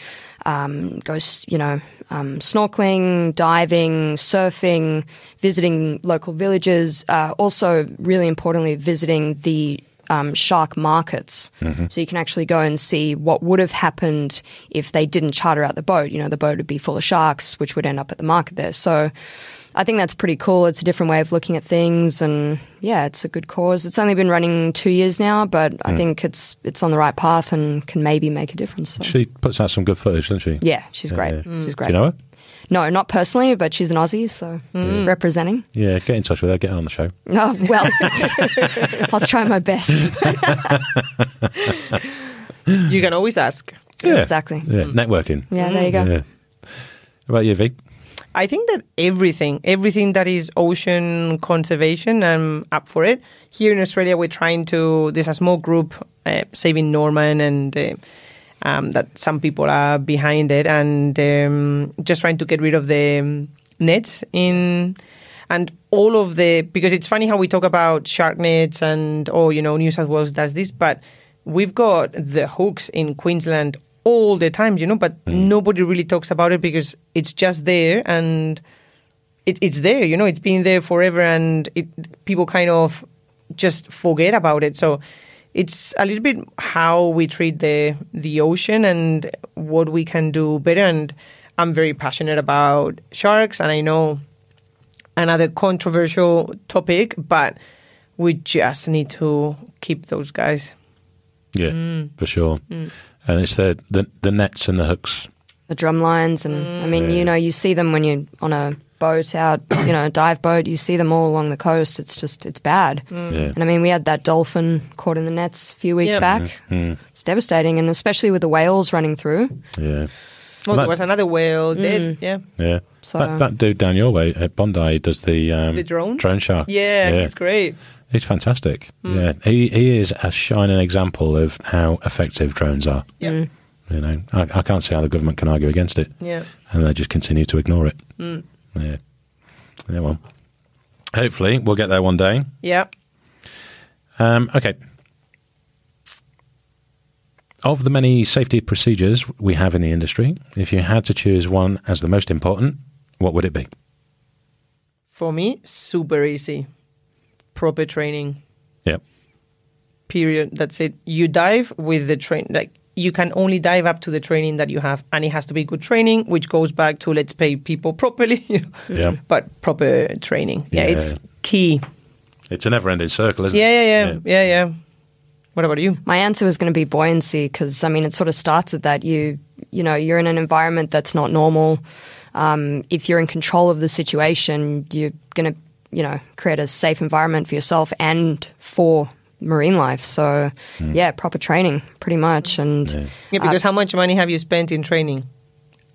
um, go, s- you know, um, snorkeling, diving, surfing, visiting local villages. Uh, also, really importantly, visiting the um, shark markets.
Mm-hmm.
So you can actually go and see what would have happened if they didn't charter out the boat. You know, the boat would be full of sharks, which would end up at the market there. So I think that's pretty cool. It's a different way of looking at things, and yeah, it's a good cause. It's only been running two years now, but
Mm.
I think it's it's on the right path and can maybe make a difference. So.
She puts out some good footage, doesn't she?
yeah, she's great. She's
Do
great.
you know her? Mm.
No, not personally, but she's an Aussie, so representing.
Yeah, get in touch with her, get her on the show.
Oh, well, I'll try my best.
You can always ask.
Yeah.
Exactly.
Yeah, networking.
Yeah, there you go.
Yeah. How about you, Vic?
I think that everything, everything that is ocean conservation, I'm up for it. Here in Australia, we're trying to. There's a small group, uh, Saving Norman, and uh, um, that some people are behind it, and um, just trying to get rid of the um, nets in. And all of the because it's funny how we talk about shark nets and oh you know New South Wales does this, but we've got the hooks in Queensland all the time, you know, but nobody really talks about it because it's just there and it, it's there, you know, it's been there forever and it, people kind of just forget about it. So it's a little bit how we treat the the ocean and what we can do better. And I'm very passionate about sharks, and I know another controversial topic, but we just need to keep those guys.
Yeah,
Mm.
for sure. And it's the, the the nets and the hooks.
the drum lines and I mean, you know, you see them when you're on a boat out, you know, a dive boat, you see them all along the coast. It's just it's bad.
Yeah.
And I mean, we had that dolphin caught in the nets a few weeks
Yep.
back.
Mm.
It's devastating and especially with the whales running through.
Yeah. That-
Well, there was another whale
Mm.
dead. Yeah.
Yeah.
So-
that, that dude down your way at Bondi does the um,
The drone?
drone shark.
Yeah, Mm.
yeah.
it's great.
he's fantastic. Yeah, he he is a shining example of how effective drones are.
Yeah.
Mm.
You know, I, I can't see how the government can argue against it.
Yeah. Mm.
and they just continue to ignore it. Yeah, yeah. Well, hopefully we'll get there one day.
Yeah.
Um, okay. Of the many safety procedures we have in the industry, if you had to choose one as the most important, what would it be?
For me, super easy. Proper training.
Yep.
Period. That's it. You dive with the train like you can only dive up to the training that you have and it has to be good training, which goes back to let's pay people properly. you know.
Yeah.
But proper training. Yeah,
Yeah.
it's key.
It's a never ending circle, isn't
Yeah,
it?
yeah, yeah. Yeah, yeah. What about you?
My answer was going to be buoyancy because I mean it sort of starts at that you you know you're in an environment that's not normal. Um, if you're in control of the situation, you're going to you know create a safe environment for yourself and for marine life. So yeah, proper training, pretty much, and
Yeah, because how much money have you spent in training?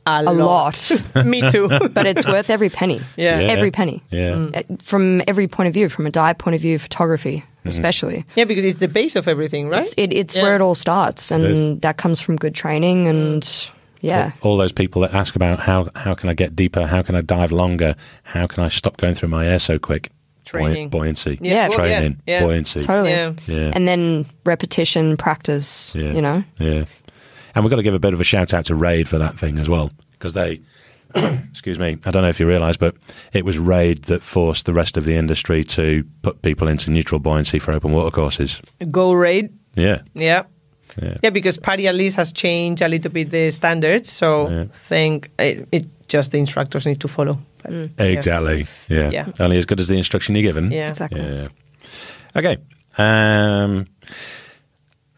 Uh, a lot.
Me too.
but it's worth every penny.
Yeah. Mm. Yeah.
every penny.
Yeah.
Uh, From every point of view, from a dive point of view, photography especially.
yeah, because it's the base of everything, right?
It's, it, it's
Yeah.
where it all starts, and that comes from good training and yeah.
All those people that ask about how, how can I get deeper? How can I dive longer? How can I stop going through my air so quick? Buoy-
Training.
buoyancy.
Yeah. well,
yeah,
Training.
yeah.
Buoyancy.
Totally.
Yeah.
Yeah.
And then repetition, practice,
Yeah.
you know?
Yeah. And we've got to give a bit of a shout out to Raid for that thing as well because they excuse me, I don't know if you realise, but it was RAID that forced the rest of the industry to put people into neutral buoyancy for open water courses.
Go raid.
Yeah.
Yeah.
Yeah.
Yeah, because PADI at least has changed a little bit the standards. So
Yeah.
think it, it just the instructors need to follow. But,
Mm.
yeah.
Exactly. Yeah.
Yeah.
Only as good as the instruction you're given.
Yeah.
Exactly.
Yeah. Okay. Um,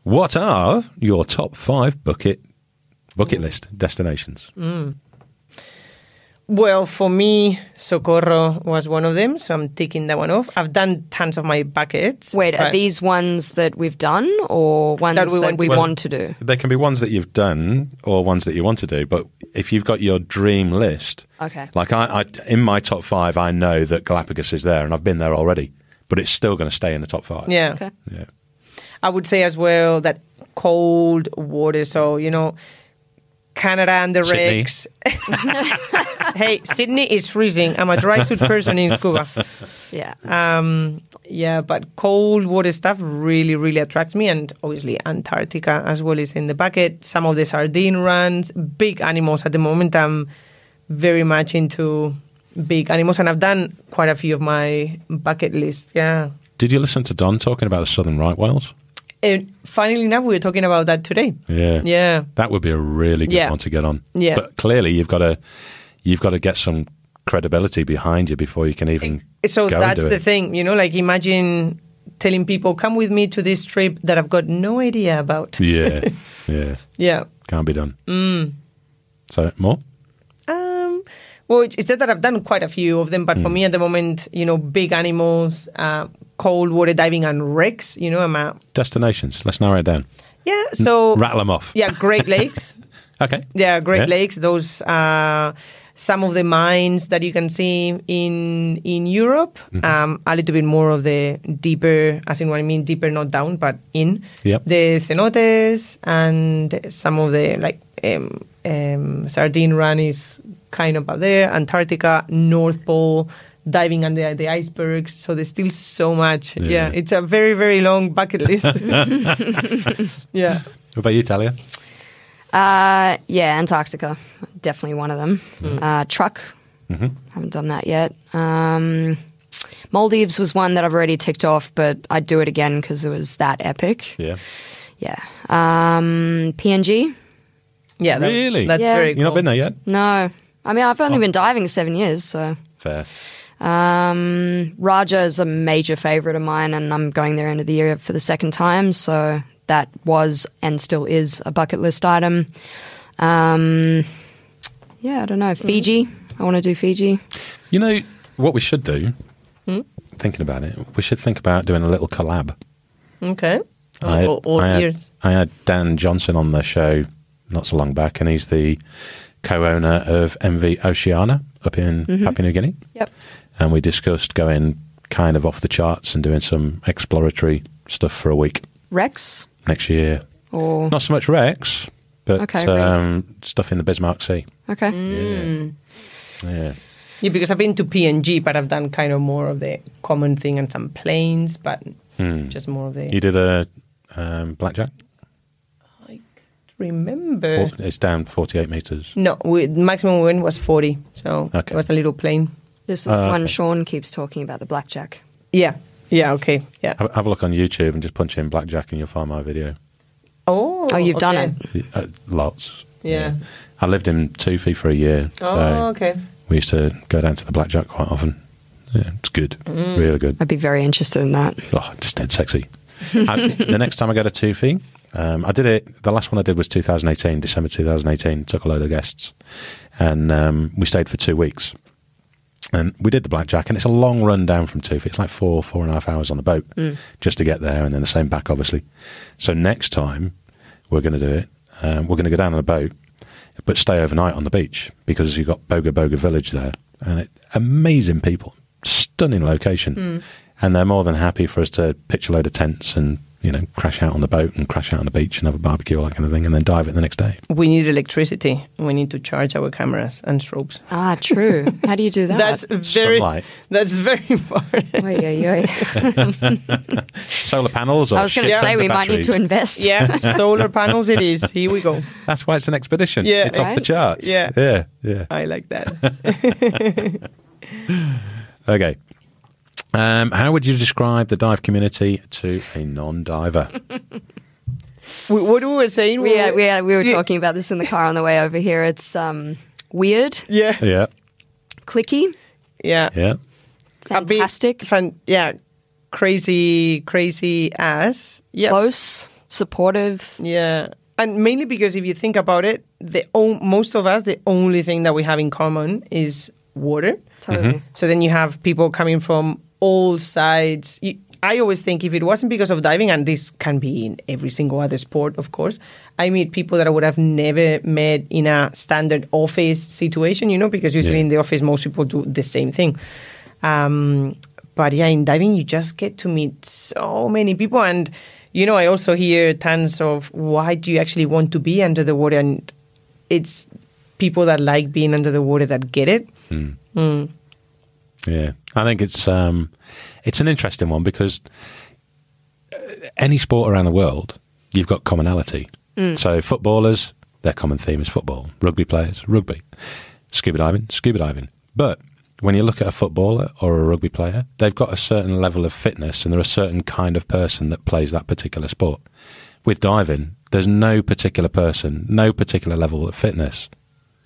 what are your top five bucket bucket list destinations?
Well, for me, Socorro was one of them. So I'm taking that one off. I've done tons of my buckets.
Wait, are
but-
these ones that we've done or ones that
That
we,
we
want,
want to-
to do?
There can be ones that you've done or ones that you want to do, but if you've got your dream list,
Okay.
Like I, I in my top five, I know that Galapagos is there, and I've been there already, but it's still going to stay in the top five.
Yeah.
Okay.
Yeah.
I would say as well that cold water. So, you know, Canada and the
Sydney.
Rex. hey, Sydney is freezing. I'm a dry suit person in Cuba.
Yeah.
Yeah, but cold water stuff really, really attracts me. And obviously, Antarctica as well is in the bucket. Some of the sardine runs, big animals at the moment. I'm very much into big animals, and I've done quite a few of my bucket list. Yeah.
Did you listen to Don talking about the southern right whales?
And funnily enough, we were talking about that today.
Yeah.
Yeah.
That would be a really good
Yeah.
one to get on.
Yeah.
But clearly you've got to you've got to get some credibility behind you before you can even
So
go and
that's
do
the
it.
thing, you know, like imagine telling people, come with me to this trip that I've got no idea about.
Yeah. yeah.
Yeah.
Can't be done.
Mm.
So more?
Um, well, it's it's just that I've done quite a few of them, but for me at the moment, you know, big animals, uh, cold water diving, and wrecks. You know, I'm a
Destinations. Let's narrow it down.
yeah. So
Rattle them off.
yeah, Great Lakes.
Okay.
yeah, Great
Yeah.
Lakes. Those are some of the mines that you can see in in Europe.
Mm-hmm.
Um, a little bit more of the deeper, as in what I mean, deeper, not down, but in
Yep.
the cenotes and some of the like um, um, sardine run is kind of up there. Antarctica, North Pole. Diving under the icebergs, so there's still so much.
Yeah.
yeah it's a very, very long bucket list. yeah.
What about you, Talia?
Uh, yeah, Antarctica, definitely one of them. Uh, truck,
Mm-hmm.
haven't done that yet. Um, Maldives was one that I've already ticked off, but I'd do it again because it was that epic.
Yeah.
Yeah. Um, PNG,
Yeah, that-
Really?
That's
Yeah.
very.
You've not
cool.
been there yet?
no. I mean, I've
Oh.
only been diving seven years, so.
Fair.
Um, Raja is a major favorite of mine, and I'm going there end of the year for the second time. So that was and still is a bucket list item. Um, yeah, I don't know. Fiji. I want to do Fiji.
You know what we should do?
Hmm?
Thinking about it, we should think about doing a little collab.
Okay.
Oh,
I,
All- all
I had,
ears.
I had Dan Johnson on the show not so long back, and he's the co-owner of MV Oceana up in
Mm-hmm.
Papua New Guinea.
Yep.
And we discussed going kind of off the charts and doing some exploratory stuff for a week
Rex
next year.
or
Not so much Rex, but
Okay, Rex. Hmm.
um, stuff in the Bismarck Sea.
okay.
Yeah. yeah.
Yeah, because I've been to PNG, but I've done kind of more of the common thing and some planes, but
Hmm.
just more of the.
You do the um, blackjack?
I remember.
Four, it's down 48 metres.
No, we, maximum we went was 40. So
Okay.
it was a little plane.
This is the one Sean keeps talking about the blackjack.
Yeah. Yeah, okay. Yeah.
Have, have a look on YouTube and just punch in blackjack and you'll find my video.
Oh.
Oh, you've done
okay.
it.
Uh, lots.
Yeah.
I lived in Toofy for a year. So
Oh, okay.
We used to go down to the blackjack quite often. Yeah, it's good.
Mm.
Really good.
I'd be very interested in that.
Oh, just dead sexy. I, the next time I go to Toofy, um, I did it. The last one I did was 2018, December 2018. Took a load of guests, and um, we stayed for two weeks. And we did the blackjack, and it's a long run down from Toofy. It's like four, four and a half hours on the boat just to get there, and then the same back, obviously. So next time we're going to do it. Um, we're going to go down on the boat, but stay overnight on the beach because you've got Boga Boga Village there, and it, amazing
Hmm.
people, stunning location, and they're more than happy for us to pitch a load of tents and you know, crash out on the boat and crash out on the beach and have a barbecue, all that kind of thing, and then dive it the next day.
We need electricity. We need to charge our cameras and strobes.
Ah, true. How do you do that?
That's very.
Sunlight.
That's very important.
Oi, oi, oi.
Solar panels. Or
I was going to
shit
say
tons
we
of
might need to
batteries.
invest.
Yeah, solar panels. It is. Here we go.
That's why it's an expedition.
Yeah.
it's off the
Right?
charts.
Yeah.
yeah, yeah.
I like that.
Okay. Um, how would you describe the dive community to a non-diver?
we, what we were saying.
We, yeah, we, uh, we were
Yeah.
talking about this in the car on the way over here. It's um, weird,
Yeah.
yeah,
clicky,
Yeah.
yeah,
A bit
fantastic,
Fan, yeah. Crazy, crazy ass. Yeah.
close, supportive.
Yeah. And mainly because if you think about it, the o- most of us, the only thing that we have in common is water.
Totally.
So then you have people coming from all sides. You, I always think if it wasn't because of diving, and this can be in every single other sport, of course, I meet people that I would have never met in a standard office situation, you know, because usually
Yeah.
in the office, most people do the same thing. Um, but yeah, in diving, you just get to meet so many people. And, you know, I also hear tons of why do you actually want to be under the water? And it's people that like being under the water that get it.
yeah. I think it's um, it's an interesting one because uh, any sport around the world, you've got commonality. So footballers, their common theme is football. Rugby players, rugby. Scuba diving, scuba diving. But when you look at a footballer or a rugby player, they've got a certain level of fitness and they're a certain kind of person that plays that particular sport. With diving, there's no particular person, no particular level of fitness,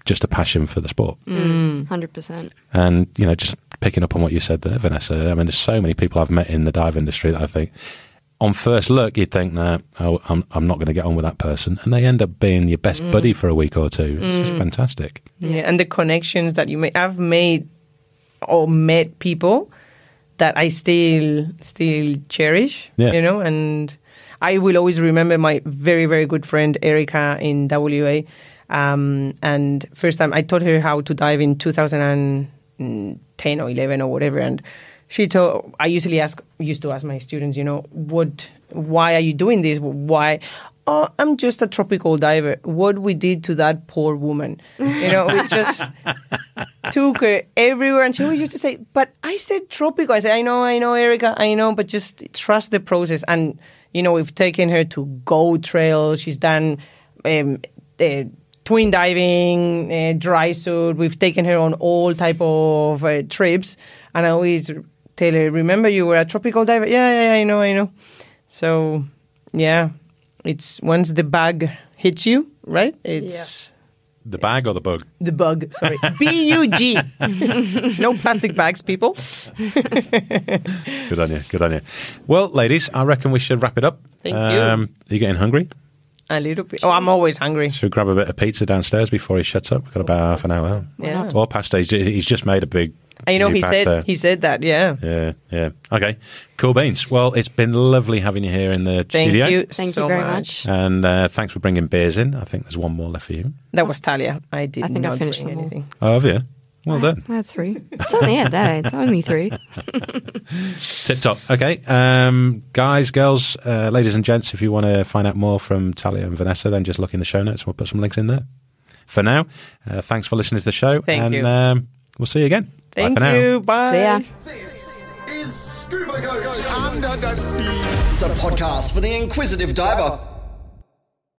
just a passion for the sport.
Mm.
Mm, Hundred percent.
And, you know, just picking up on what you said there, Vanessa, I mean, there's so many people I've met in the dive industry that I think, on first look, you'd think, nah, oh, I'm, I'm not going to get on with that person. And they end up being your best
Mm.
buddy for a week or two. It's just fantastic.
Yeah, and the connections that you make. I've made or met people that I still still cherish.
Yeah.
You know, and I will always remember my very very good friend Erica in WA. Um, and first time I taught her how to dive in 2010 or 11 or whatever, and she told I usually ask used to ask my students, you know, what why are you doing this? Why? Oh, I'm just a tropical diver. What we did to that poor woman, you know, we just took her everywhere, and she always used to say, "But I said tropical." I said, "I know, I know, Erica, I know, but just trust the process." And you know, we've taken her to gold trails. She's done um, uh, twin diving, uh, dry suit. We've taken her on all type of uh, trips, and I always tell her, "Remember, you were a tropical diver." Yeah, yeah, yeah I know, I know. So, yeah, it's once the bug hits you, right? It's
The bag or the bug?
the bug. Sorry, B U G. No plastic bags, people.
Good on you. Good on you. Well, ladies, I reckon we should wrap it up.
Thank you.
you. Are you getting hungry?
A little bit. Oh, I'm always hungry.
Should we grab a bit of pizza downstairs before he shuts up? We've got about half an hour.
Yeah.
Or pasta. He's, he's just made a big.
I know
new
he
pasta.
said he said that. Yeah.
Yeah, yeah. Okay, cool beans. Well, it's been lovely having you here in the
Thank
studio.
you.
Thank
so
you very much.
And uh, thanks for bringing beers in. I think there's one more left for you.
That was Talia. I did
I think I
not
finished
bring
them all.
anything.
Oh, have you? Well done.
I had Uh, three. It's only a day. It's only three.
Tip top. Okay. Um, guys, girls, uh, ladies, and gents, if you want to find out more from Talia and Vanessa, then just look in the show notes. We'll put some links in there. For now, uh, thanks for listening to the show.
Thank
and
you.
Um, we'll see you again.
Thank
Bye for now.
you. Bye.
See ya.
This is Scuba Goat Under the Sea, the podcast for the inquisitive diver.